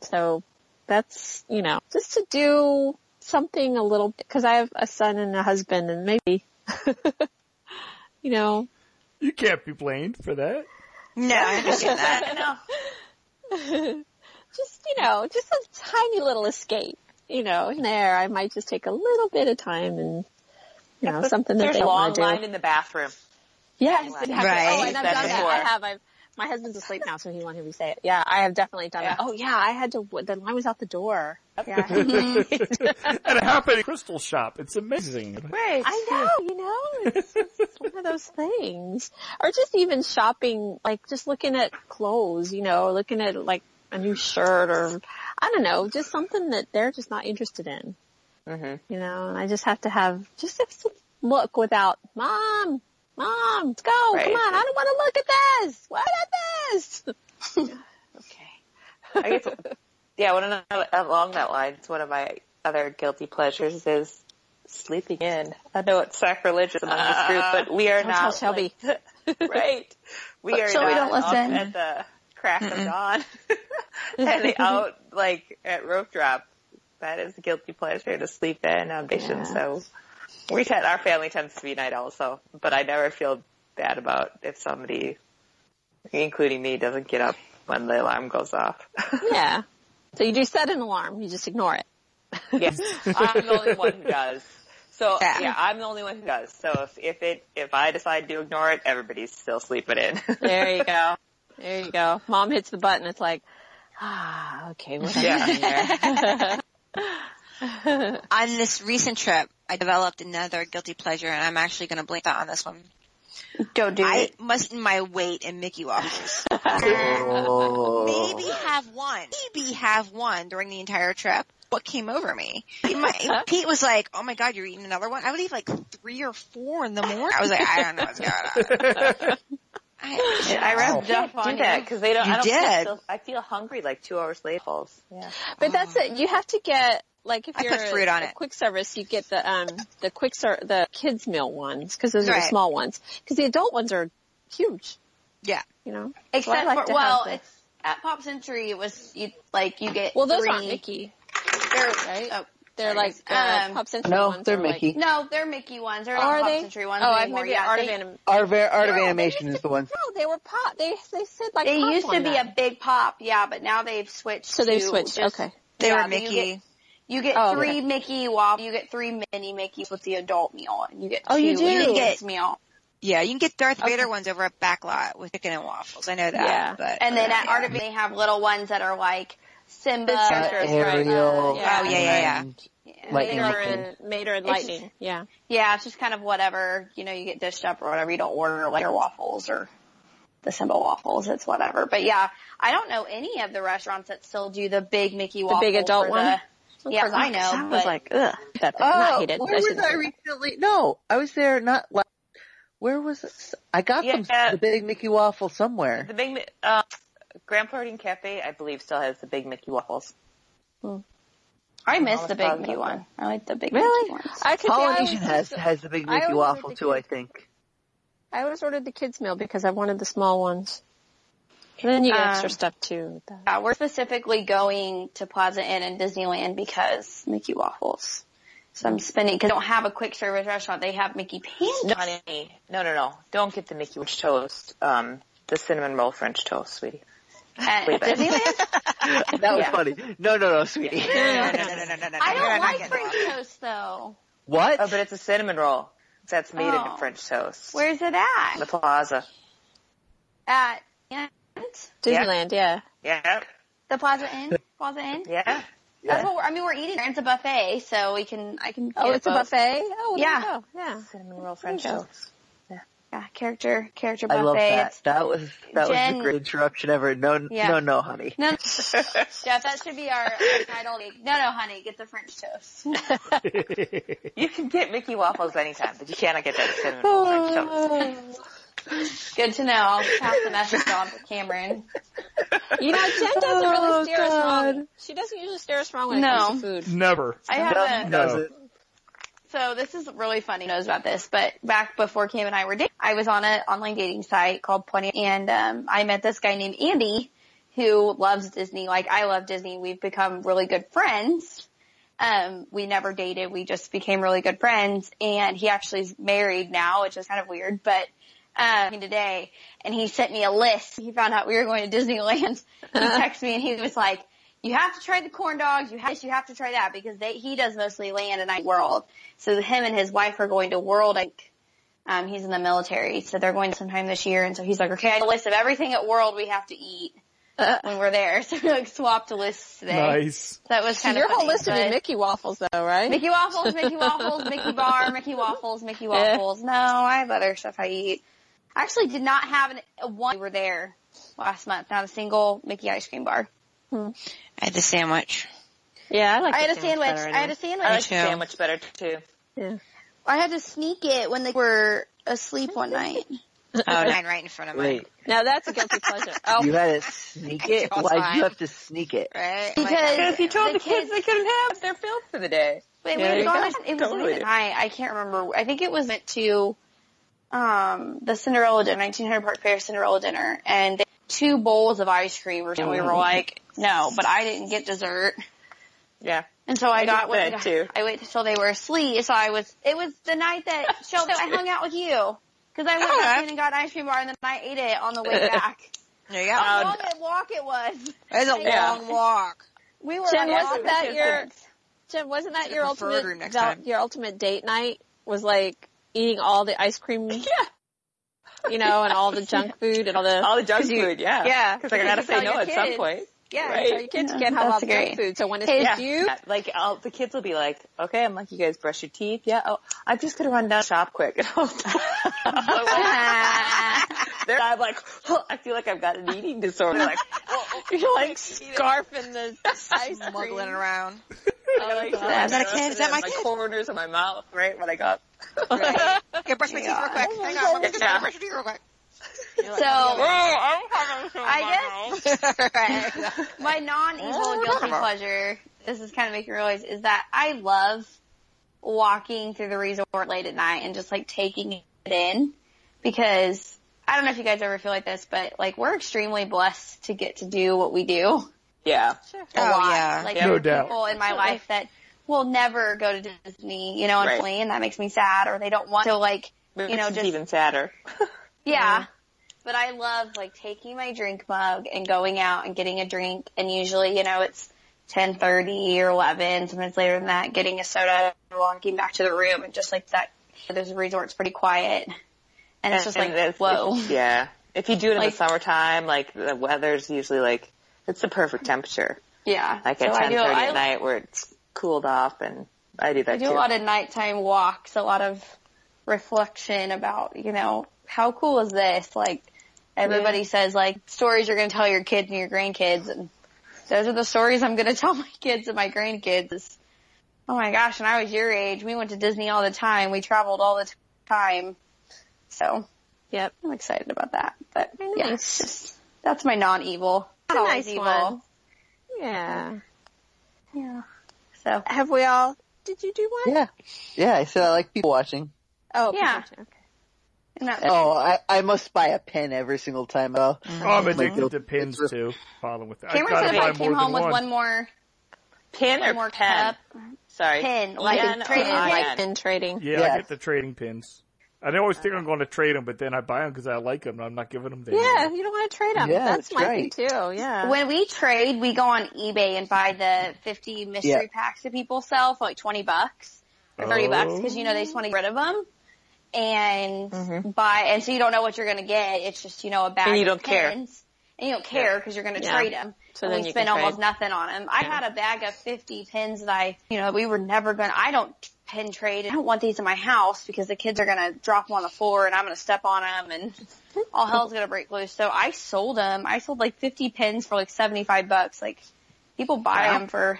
Speaker 7: So that's, you know, just to do something a little, cause I have a son and a husband and maybe, (laughs) you know,
Speaker 3: You can't be blamed for that.
Speaker 2: No, I understand that.
Speaker 7: just you know, just a tiny little escape. You know, in there I might just take a little bit of time and you know something that
Speaker 8: There's
Speaker 7: they
Speaker 8: a long
Speaker 7: want to
Speaker 8: line
Speaker 7: do.
Speaker 8: in the bathroom.
Speaker 7: Yes, exactly.
Speaker 2: Right.
Speaker 7: Oh, and I've
Speaker 8: That
Speaker 7: done that.
Speaker 8: before.
Speaker 7: I have. I've. My husband's asleep now, so he won't hear me say it. Yeah, I have definitely done that.
Speaker 8: Yeah.
Speaker 7: Oh yeah, I had to. The line was out the door. Yeah.
Speaker 3: and
Speaker 6: Mm-hmm.
Speaker 3: it happened (laughs) at Crystal Shop. It's amazing. (laughs)
Speaker 8: Right.
Speaker 7: I know, Oh, you know, it's, it's one of those things. Or just even shopping, like just looking at clothes, you know, looking at like a new shirt or I don't know, just something that they're just not interested in.
Speaker 8: Mm-hmm.
Speaker 7: You know, and I just have to have just have to look without mom, mom, let's go, come
Speaker 8: Right.
Speaker 7: on, I don't want to look at this. What at this?
Speaker 8: I guess, (laughs) yeah, one of the- along that line, it's one of my other guilty pleasures is sleeping in. I know it's sacrilegious among this group, but we are
Speaker 7: Don't tell
Speaker 8: not
Speaker 7: Shelby.
Speaker 8: (laughs) right. We
Speaker 5: But
Speaker 8: are
Speaker 5: Shelby
Speaker 8: not
Speaker 5: don't
Speaker 8: up
Speaker 5: listen.
Speaker 8: at the crack
Speaker 5: (laughs)
Speaker 8: of dawn and out like at rope drop. That is a guilty pleasure to sleep in audition.
Speaker 7: Yeah.
Speaker 8: So we tend our family tends to be night owls, so but I never feel bad about if somebody, including me, doesn't get up when the alarm goes off.
Speaker 1: Yeah. So you do set an alarm. You just ignore it.
Speaker 8: yes, I'm the only one who does. So
Speaker 1: Yeah.
Speaker 8: yeah. I'm the only one who does. So if, if it if I decide to ignore it, everybody's still sleeping in.
Speaker 1: There you go. There you go. Mom hits the button. It's like, ah, okay, we're
Speaker 8: (laughs) Yeah.
Speaker 1: done here.
Speaker 2: On this recent trip, I developed another guilty pleasure, and I'm actually going to blame that on this one.
Speaker 5: Don't do
Speaker 2: I
Speaker 5: it.
Speaker 2: must my weight in Mickey waffles.
Speaker 6: Oh.
Speaker 2: Maybe have one. Maybe have one during the entire trip. What came over me? (laughs) My, Pete was like, "Oh my god, you're eating another one." I would eat like three or four in the morning. I was like, "I don't know what's going on." (laughs) I,
Speaker 8: I
Speaker 6: rather
Speaker 8: don't do that because they don't.
Speaker 2: You
Speaker 8: I don't feel
Speaker 2: did.
Speaker 8: so- I feel hungry like two hours later. Yeah.
Speaker 1: but that's it. You have to get like if
Speaker 2: I
Speaker 1: you're
Speaker 2: put fruit
Speaker 1: a,
Speaker 2: on
Speaker 1: a
Speaker 2: it.
Speaker 1: quick service, you get the um the quick ser- the kids meal ones because those are the
Speaker 2: Right.
Speaker 1: small ones. Because the adult ones are huge.
Speaker 2: Yeah.
Speaker 1: You know.
Speaker 5: Except
Speaker 1: like to
Speaker 5: for well,
Speaker 1: have the-
Speaker 5: it's at Pop Century. It was you like you get
Speaker 1: Well, those
Speaker 5: three.
Speaker 1: aren't Mickey.
Speaker 5: They're,
Speaker 1: right?
Speaker 5: oh,
Speaker 1: They're
Speaker 5: sorry,
Speaker 1: like
Speaker 5: guys.
Speaker 1: uh,
Speaker 5: Um,
Speaker 1: Pop Century
Speaker 6: No,
Speaker 1: ones
Speaker 6: they're
Speaker 1: are like-
Speaker 6: Mickey.
Speaker 5: no, they're Mickey ones. They're
Speaker 1: are
Speaker 5: not Pop
Speaker 1: they?
Speaker 5: Century ones
Speaker 1: oh, I
Speaker 5: anymore.
Speaker 1: maybe
Speaker 5: yeah,
Speaker 1: Art
Speaker 5: they,
Speaker 1: of Anim-
Speaker 6: Art of, Art of
Speaker 1: No, they
Speaker 6: Animation
Speaker 1: used
Speaker 6: is the one.
Speaker 1: No, they were pop. They they said like
Speaker 5: they
Speaker 1: pop
Speaker 5: used
Speaker 1: on
Speaker 5: to be
Speaker 1: that.
Speaker 5: a big pop, yeah, but now they've switched.
Speaker 1: so they
Speaker 5: to
Speaker 1: switched.
Speaker 5: just-
Speaker 1: okay.
Speaker 2: They
Speaker 5: yeah,
Speaker 2: were
Speaker 5: but you
Speaker 2: Mickey.
Speaker 5: get- You get
Speaker 1: Oh,
Speaker 5: three
Speaker 1: okay.
Speaker 5: Mickey waffles. You get three mini Mickeys with the adult meal, and you get two
Speaker 1: Oh, you
Speaker 5: with
Speaker 1: do.
Speaker 5: the kids meal.
Speaker 2: yeah, you can get Darth
Speaker 1: Okay.
Speaker 2: Vader ones over at Backlot with chicken and waffles. I know that.
Speaker 1: Yeah.
Speaker 2: but
Speaker 5: And then at
Speaker 2: yeah.
Speaker 5: Art of It, they have little ones that are like Simba,
Speaker 1: The
Speaker 6: Uh,
Speaker 1: treasures, right.
Speaker 6: Ariel.
Speaker 5: Uh,
Speaker 1: yeah.
Speaker 2: Oh, yeah, yeah, yeah.
Speaker 6: and-
Speaker 5: yeah,
Speaker 6: Lightning
Speaker 1: Mater
Speaker 6: McQueen.
Speaker 1: and Mater and
Speaker 5: It's-
Speaker 1: Lightning. Yeah.
Speaker 5: yeah, it's just kind of whatever you know. You get dished up or whatever. You don't order like your waffles or the Simba waffles. It's whatever. But yeah, I don't know any of the restaurants that still do the big Mickey waffle.
Speaker 1: big adult
Speaker 5: for
Speaker 1: one?
Speaker 5: the- yeah, I know,
Speaker 1: I was
Speaker 5: but-
Speaker 1: like, ugh. That,
Speaker 6: Oh,
Speaker 1: not hate it.
Speaker 6: where
Speaker 1: I
Speaker 6: was
Speaker 1: shouldn't
Speaker 6: I
Speaker 1: say that.
Speaker 6: recently? No, I was there not like, where was it? I got them
Speaker 8: Yeah.
Speaker 6: the big Mickey waffle somewhere.
Speaker 8: The big Mi- uh, Grand Floridian Cafe, I believe, still has the big Mickey waffles.
Speaker 5: I miss the big
Speaker 8: Almost
Speaker 5: Mickey
Speaker 8: positive.
Speaker 5: one. I like the big Mickey
Speaker 1: Really?
Speaker 5: ones.
Speaker 1: I could see- I always
Speaker 6: Polynesian has,
Speaker 1: used to-
Speaker 6: has the big
Speaker 1: I
Speaker 6: Mickey
Speaker 1: always
Speaker 6: waffle
Speaker 1: ordered the
Speaker 6: too, I
Speaker 1: kids-
Speaker 6: think.
Speaker 1: I always ordered the kids meal because I wanted the small ones. And then you get extra
Speaker 5: Um,
Speaker 1: stuff too. with that.
Speaker 5: Yeah, we're specifically going to Plaza Inn and Disneyland because Mickey waffles. So I'm spending because they don't have a quick service restaurant. They have Mickey
Speaker 8: No,
Speaker 5: pancakes.
Speaker 8: honey. No, no, no. Don't get the Mickey French toast. Um, the cinnamon roll French toast, sweetie.
Speaker 5: at
Speaker 8: Wait, but- (laughs)
Speaker 5: Disneyland.
Speaker 6: That was
Speaker 5: Yeah.
Speaker 6: funny. No, no, no, sweetie.
Speaker 2: No, no, no, no, no, no, no.
Speaker 5: I
Speaker 2: You're
Speaker 5: don't
Speaker 2: not
Speaker 5: like
Speaker 2: getting
Speaker 5: French
Speaker 2: one.
Speaker 5: toast though.
Speaker 6: (laughs) What?
Speaker 8: Oh, but it's a cinnamon roll. That's made into
Speaker 5: Oh.
Speaker 8: French toast.
Speaker 5: Where's it
Speaker 8: In the
Speaker 5: at?
Speaker 8: plaza.
Speaker 5: At
Speaker 8: Yeah.
Speaker 1: Disneyland, yeah.
Speaker 8: Yeah.
Speaker 5: the Plaza Inn. Plaza Inn.
Speaker 8: (laughs) Yeah.
Speaker 5: That's what we're. I mean, we're eating. there. It's a buffet, so we can. I can.
Speaker 1: Oh,
Speaker 5: get
Speaker 1: it's a
Speaker 5: both.
Speaker 1: buffet? Oh, there
Speaker 5: Yeah.
Speaker 1: you go. Yeah.
Speaker 8: Cinnamon roll French
Speaker 1: There you go.
Speaker 8: toast.
Speaker 5: Yeah, character character buffet.
Speaker 6: I love that.
Speaker 5: It's
Speaker 6: That was, that was
Speaker 5: Jen-
Speaker 6: the great interruption ever. No,
Speaker 5: Yeah.
Speaker 6: no, no, honey.
Speaker 5: no, no, Jeff. That should be our, our title. No, no, honey, get the French toast. (laughs)
Speaker 8: You can get Mickey waffles anytime, but you cannot get that cinnamon roll French toast.
Speaker 5: Good to know. I'll pass the message on to Cameron.
Speaker 1: You know, Jen doesn't really
Speaker 6: Oh,
Speaker 1: steer us
Speaker 6: God.
Speaker 1: wrong. She doesn't usually steer us wrong when
Speaker 5: No.
Speaker 1: it comes to food.
Speaker 3: Never.
Speaker 5: I have
Speaker 6: No,
Speaker 5: a,
Speaker 6: he
Speaker 3: No.
Speaker 6: doesn't.
Speaker 5: so this is really funny. Knows about this, but back before Cam and I were dating, I was on an online dating site called Plenty, and um, I met this guy named Andy who loves Disney. Like I love Disney. We've become really good friends. Um, we never dated. We just became really good friends, and he actually is married now, which is kind of weird, but. Um, today, and he sent me a list. He found out we were going to (laughs) Disneyland. He
Speaker 1: Uh-huh.
Speaker 5: texted me, and he was like, you have to try the corn dogs. You have this, you have to try that because they, he does mostly land and I world. So him and his wife are going to world. Like, um, he's in the military, so they're going sometime this year. And so he's like, okay, I have a list of everything at world we have to eat
Speaker 1: Uh.
Speaker 5: when we're there. (laughs) So we like swapped lists today.
Speaker 3: Nice.
Speaker 5: So that was
Speaker 1: So
Speaker 5: kind
Speaker 1: your
Speaker 5: of funny,
Speaker 1: whole list would
Speaker 5: but-
Speaker 1: be Mickey waffles though, right?
Speaker 5: Mickey waffles, Mickey waffles, Mickey
Speaker 8: (laughs)
Speaker 5: bar, Mickey waffles, Mickey waffles. No, I have other stuff I eat. I actually did not have an, a one. We were there last month. Not a single Mickey ice cream bar.
Speaker 2: I had the sandwich.
Speaker 1: Yeah, I like
Speaker 5: I had a
Speaker 1: the
Speaker 5: sandwich.
Speaker 1: better
Speaker 5: I had a sandwich.
Speaker 8: I like the
Speaker 2: too.
Speaker 8: sandwich better too.
Speaker 1: anyway.
Speaker 5: I had to sneak it when they were asleep one night.
Speaker 2: Oh, mine right in front of mine.
Speaker 6: Wait,
Speaker 1: Yeah. Now that's a guilty pleasure. Oh,
Speaker 8: (laughs)
Speaker 6: you had to sneak it?
Speaker 2: It's all
Speaker 6: Why'd you
Speaker 2: fine.
Speaker 6: have to sneak it?
Speaker 2: (laughs) Right?
Speaker 5: Because-
Speaker 2: Like,
Speaker 8: Because you told
Speaker 5: The
Speaker 8: the,
Speaker 5: kids-
Speaker 8: kids, they couldn't have their food for the day.
Speaker 5: Wait,
Speaker 1: There
Speaker 5: we
Speaker 1: you
Speaker 5: had gone.
Speaker 1: go.
Speaker 5: to- It was
Speaker 8: Don't
Speaker 5: not
Speaker 8: really
Speaker 5: even high. I can't remember. I think it was meant to um the Cinderella dinner, 1900 Park Fair Cinderella dinner, and they, two bowls of ice cream or something. We were like, no, but I didn't get dessert,
Speaker 8: Yeah.
Speaker 5: and so I,
Speaker 8: I
Speaker 5: got
Speaker 8: did
Speaker 5: what
Speaker 8: that
Speaker 5: I got.
Speaker 8: too.
Speaker 5: I waited until they were asleep. So I was. It was the night that Sheldon. I hung out with you because I went back in and got an ice cream bar, and then I ate it on the way back.
Speaker 2: There you go.
Speaker 5: How
Speaker 3: Uh,
Speaker 5: long a walk it was.
Speaker 2: There's a
Speaker 8: Yeah.
Speaker 2: long walk.
Speaker 7: We were
Speaker 8: Jen,
Speaker 7: on walk
Speaker 8: wasn't that
Speaker 7: with
Speaker 8: your-
Speaker 7: kids. Jen, wasn't that
Speaker 2: Should've
Speaker 7: your
Speaker 2: preferred
Speaker 7: ultimate
Speaker 2: her next
Speaker 7: val-
Speaker 2: time.
Speaker 7: your ultimate date night was like eating all the ice (laughs) cream, you know, and all the (laughs) junk food and all the
Speaker 8: All the junk
Speaker 7: 'cause you-
Speaker 8: food, yeah.
Speaker 7: yeah,
Speaker 8: Because I
Speaker 7: because
Speaker 8: gotta
Speaker 7: you
Speaker 8: say
Speaker 7: tell
Speaker 8: no
Speaker 7: your
Speaker 8: at some
Speaker 7: kids.
Speaker 8: point.
Speaker 7: Yeah,
Speaker 8: Right.
Speaker 7: so your kids
Speaker 5: Yeah,
Speaker 7: can't have all
Speaker 5: that's
Speaker 7: the junk
Speaker 5: great.
Speaker 7: food. So when it's
Speaker 5: Hey,
Speaker 7: just (laughs) you,
Speaker 8: Like all the kids will be like, okay, I'm like, you guys brush your teeth. Yeah. Oh, I'm just gonna run down shop quick. (laughs) And I'm like- there I'm like, oh, I feel like I've got an eating disorder. Like, (laughs)
Speaker 7: you're like scarfing (laughs) the ice
Speaker 2: Muggling
Speaker 7: cream.
Speaker 2: around.
Speaker 8: like,
Speaker 2: Is that a kid? Is that my
Speaker 8: my
Speaker 2: kid?
Speaker 8: corners of my mouth, right? When I got
Speaker 2: Right. Okay, brush Oh my teeth real quick. Hang on, I'm just gonna brush your teeth real quick. "Oh,
Speaker 5: So
Speaker 7: I guess
Speaker 2: (laughs)
Speaker 5: (laughs) my non-evil guilty pleasure, this is kind of making me realize, is that I love walking through the resort late at night and just like taking it in because I don't know if you guys ever feel like this, but like we're extremely blessed to get to do what we do.
Speaker 8: yeah.
Speaker 5: a
Speaker 2: Oh,
Speaker 5: lot.
Speaker 2: yeah.
Speaker 5: Like
Speaker 8: No
Speaker 5: there are
Speaker 3: doubt.
Speaker 5: people in my life that will never go to Disney, you know, and
Speaker 8: Right.
Speaker 5: flee, and that makes me sad, or they don't want to like,
Speaker 8: Maybe
Speaker 5: you know,
Speaker 8: it's
Speaker 5: just
Speaker 8: even sadder.
Speaker 5: yeah. But I love like taking my drink mug and going out and getting a drink and usually, you know, it's 10:30 or 11, sometimes later than that, getting a soda and walking back to the room and just like that there's a resort's pretty quiet. And it's just like
Speaker 8: if-
Speaker 5: whoa.
Speaker 8: if- yeah. If you do it in
Speaker 5: Like-
Speaker 8: the summertime, like the weather's usually like it's the perfect temperature.
Speaker 5: Yeah.
Speaker 8: Like
Speaker 5: so
Speaker 8: at
Speaker 5: I
Speaker 8: ten
Speaker 5: do
Speaker 8: thirty
Speaker 5: I,
Speaker 8: at night where it's cooled off and I do that
Speaker 5: I do
Speaker 8: too.
Speaker 5: a lot of nighttime walks, a lot of reflection about, you know, how cool is this? Like everybody says like stories you're going to tell your kids and your grandkids and those are the stories I'm going to (laughs) tell my kids and my grandkids. It's- Oh my gosh, when I was your age, we went to Disney all the time. We traveled all the t- time. So
Speaker 7: Yep.
Speaker 5: I'm excited about that, but
Speaker 7: Very
Speaker 5: yeah, it's just, that's my non-evil. Not
Speaker 7: a
Speaker 5: always
Speaker 7: nice
Speaker 5: evil.
Speaker 7: one. Yeah.
Speaker 5: Yeah. So
Speaker 7: Have we all? Did you do one?
Speaker 6: Yeah. Yeah, I said I like people watching.
Speaker 5: oh
Speaker 7: Yeah.
Speaker 5: and that-
Speaker 6: Oh, I, I must buy a pen every single time. Oh,
Speaker 3: Oh, I'm
Speaker 6: My
Speaker 3: addicted
Speaker 6: guilty
Speaker 3: to pins
Speaker 6: pleasure.
Speaker 3: too. Problem with that.
Speaker 5: Cameron
Speaker 3: I
Speaker 5: said
Speaker 3: gotta
Speaker 5: if I
Speaker 3: buy
Speaker 5: came
Speaker 3: more
Speaker 5: home
Speaker 3: than
Speaker 5: with one more
Speaker 8: pin or
Speaker 5: one more
Speaker 8: pen?
Speaker 5: cup,
Speaker 8: Sorry.
Speaker 5: pin, like
Speaker 8: Pen or
Speaker 5: trade
Speaker 8: I
Speaker 5: pin.
Speaker 7: Like pin trading.
Speaker 3: Yeah, I
Speaker 6: Yes.
Speaker 3: get the trading pins. I always think I'm going to trade them, but then I buy them because I like them. And I'm not giving them to
Speaker 7: Yeah,
Speaker 3: anyone.
Speaker 7: you don't want to trade them.
Speaker 6: Yeah,
Speaker 7: That's
Speaker 6: that's
Speaker 7: my
Speaker 6: right.
Speaker 7: thing too. Yeah.
Speaker 5: When we trade, we go on eBay and buy the 50 mystery
Speaker 6: Yeah.
Speaker 5: packs that people sell for like 20 bucks or 30 bucks because you know they just want to get rid of them and
Speaker 3: Mm-hmm.
Speaker 5: buy, and so you don't know what you're going to get. It's just, you know, a bag
Speaker 8: And you
Speaker 5: of
Speaker 8: don't care.
Speaker 5: pins. And you don't care because you're going to
Speaker 7: Yeah.
Speaker 5: trade them.
Speaker 8: So
Speaker 5: and
Speaker 8: then
Speaker 5: we
Speaker 8: you
Speaker 5: spend
Speaker 8: can trade.
Speaker 5: almost nothing on them. I had a bag of 50 pins that I, you know, we were never going to, I don't pin trade. I don't want these in my house because the kids are going to drop them on the floor and I'm going to step on them and all hell's gonna break loose. So I sold them. I sold like 50 pins for like 75 bucks. Like people buy them for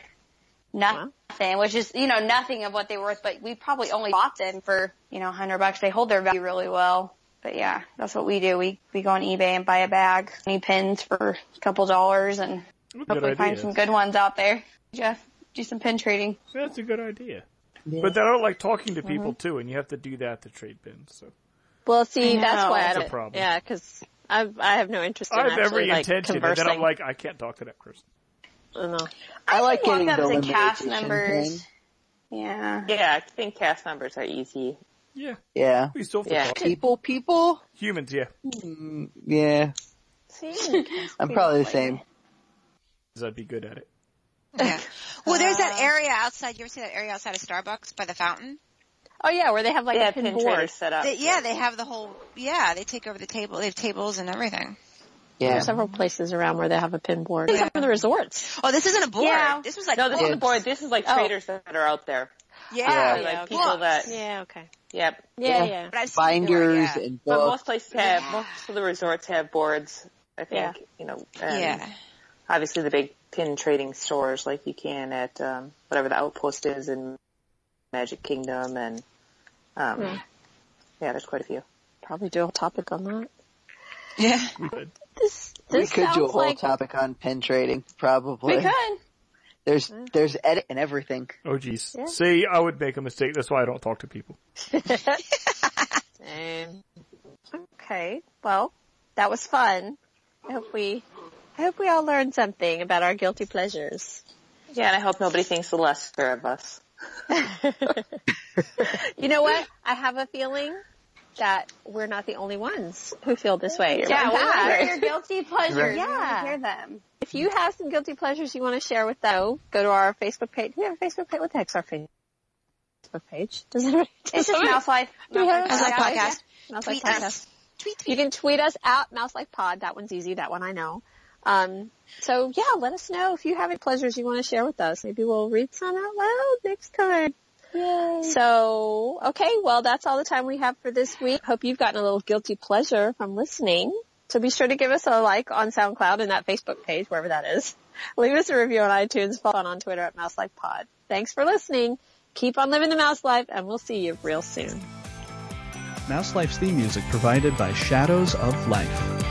Speaker 5: nothing, which is, you know, nothing of what they're worth, but we probably only bought them for, you know, 100 bucks. They hold their value really well. But yeah, that's what we do. We, we go on eBay and buy a bag, 20 pins for a couple dollars and
Speaker 3: Oh, Good
Speaker 5: hopefully find
Speaker 3: idea.
Speaker 5: some good ones out there. Jeff, do some pin trading.
Speaker 3: That's a good idea. But then I don't like talking to
Speaker 6: Uh-huh.
Speaker 3: people too, and you have to do that to trade pins. So
Speaker 7: Well, see,
Speaker 5: I
Speaker 7: that's
Speaker 5: know.
Speaker 7: why I
Speaker 5: That's
Speaker 3: a
Speaker 7: don't.
Speaker 3: problem.
Speaker 7: Yeah, because I I have no interest in
Speaker 3: I have
Speaker 7: actually
Speaker 3: every
Speaker 7: like
Speaker 3: intention,
Speaker 7: conversing.
Speaker 3: and then I'm like, I can't talk to that person.
Speaker 7: I don't know.
Speaker 6: I like
Speaker 5: walk
Speaker 6: getting
Speaker 5: up
Speaker 6: the
Speaker 5: to cast
Speaker 6: elimination
Speaker 5: members.
Speaker 6: pen.
Speaker 5: Yeah.
Speaker 8: Yeah, I think cast members are easy.
Speaker 3: Yeah,
Speaker 6: Yeah.
Speaker 3: we still have to
Speaker 8: Yeah.
Speaker 3: talk.
Speaker 6: People, people.
Speaker 3: Humans, yeah.
Speaker 6: Mm, yeah,
Speaker 7: See,
Speaker 6: I'm probably the same.
Speaker 3: I'd be good at it.
Speaker 2: Yeah. (laughs) Well, there's that area outside. You ever see that area outside of Starbucks by the fountain?
Speaker 7: oh yeah, where they have like
Speaker 8: They
Speaker 7: a
Speaker 8: have
Speaker 7: pin
Speaker 8: pin
Speaker 7: board.
Speaker 8: traders set up.
Speaker 2: They, yeah, they have the whole. Yeah, they take over the table. They have tables and everything.
Speaker 7: There
Speaker 6: Yeah,
Speaker 7: are several places around where they have a pin board. I think Some of the resorts.
Speaker 2: Oh, this isn't a board.
Speaker 5: Yeah.
Speaker 2: This was like
Speaker 8: No, this is
Speaker 6: Yeah.
Speaker 8: a board. This is like
Speaker 7: Oh.
Speaker 8: traders that are out there.
Speaker 2: yeah,
Speaker 8: They're, like
Speaker 7: yeah,
Speaker 8: people that.
Speaker 7: Yeah. Okay.
Speaker 8: Yep.
Speaker 7: (laughs) Yeah.
Speaker 6: Yeah.
Speaker 7: Yeah.
Speaker 2: But I've seen it before,
Speaker 6: binders
Speaker 2: yeah.
Speaker 6: and
Speaker 8: But
Speaker 6: books.
Speaker 8: most places have. Most of the resorts have boards. I think you know. And
Speaker 2: Yeah.
Speaker 8: Obviously, the big pin trading stores like you can at um, whatever the outpost is in Magic Kingdom and. Um, Yeah, there's quite a few.
Speaker 7: Probably do a whole topic on that.
Speaker 2: Yeah.
Speaker 3: We could.
Speaker 7: This
Speaker 6: we
Speaker 7: this
Speaker 6: could
Speaker 7: sounds
Speaker 6: do a whole
Speaker 7: like
Speaker 6: topic on pen trading, probably.
Speaker 5: We could.
Speaker 6: There's there's edit and everything.
Speaker 3: Oh, geez.
Speaker 7: Yeah.
Speaker 3: See, I would make a mistake. That's why I don't talk to people.
Speaker 7: Same. Okay. Well, that was fun. I hope we I hope we all learned something about our guilty pleasures.
Speaker 8: Yeah, and I hope nobody thinks the lesser of us.
Speaker 7: You know what? I have a feeling
Speaker 1: that we're not the only ones who feel this way.
Speaker 2: Yeah,
Speaker 1: About
Speaker 2: we want to
Speaker 1: that.
Speaker 2: hear your guilty pleasures.
Speaker 1: Right.
Speaker 2: We want
Speaker 1: Yeah.
Speaker 2: to hear them.
Speaker 1: If you have some guilty pleasures you want to share with though, go to our Facebook page. Do we have a Facebook page? What the heck's our fa- Facebook page? Does anybody?
Speaker 2: It's just mouse life.
Speaker 1: Do we have a
Speaker 9: Mouse Life
Speaker 1: Facebook?
Speaker 9: Podcast.
Speaker 1: Mouse Life
Speaker 9: Tweet
Speaker 1: Podcast.
Speaker 9: us. Tweet, tweet.
Speaker 1: You can tweet us at Mouse Life Pod. That one's easy. That one I know. Um, so yeah, let us know if you have any pleasures you want to share with us. Maybe we'll read some out loud next time. So, okay, well that's all the time we have for this week. Hope you've gotten a little guilty pleasure from listening. So be sure to give us a like on SoundCloud and that Facebook page, wherever that is. Leave us a review on iTunes, follow us on Twitter at Mouse Life Pod. Thanks for listening. Keep on living the mouse life and we'll see you real soon.
Speaker 10: Mouse Life's theme music provided by Shadows of Life.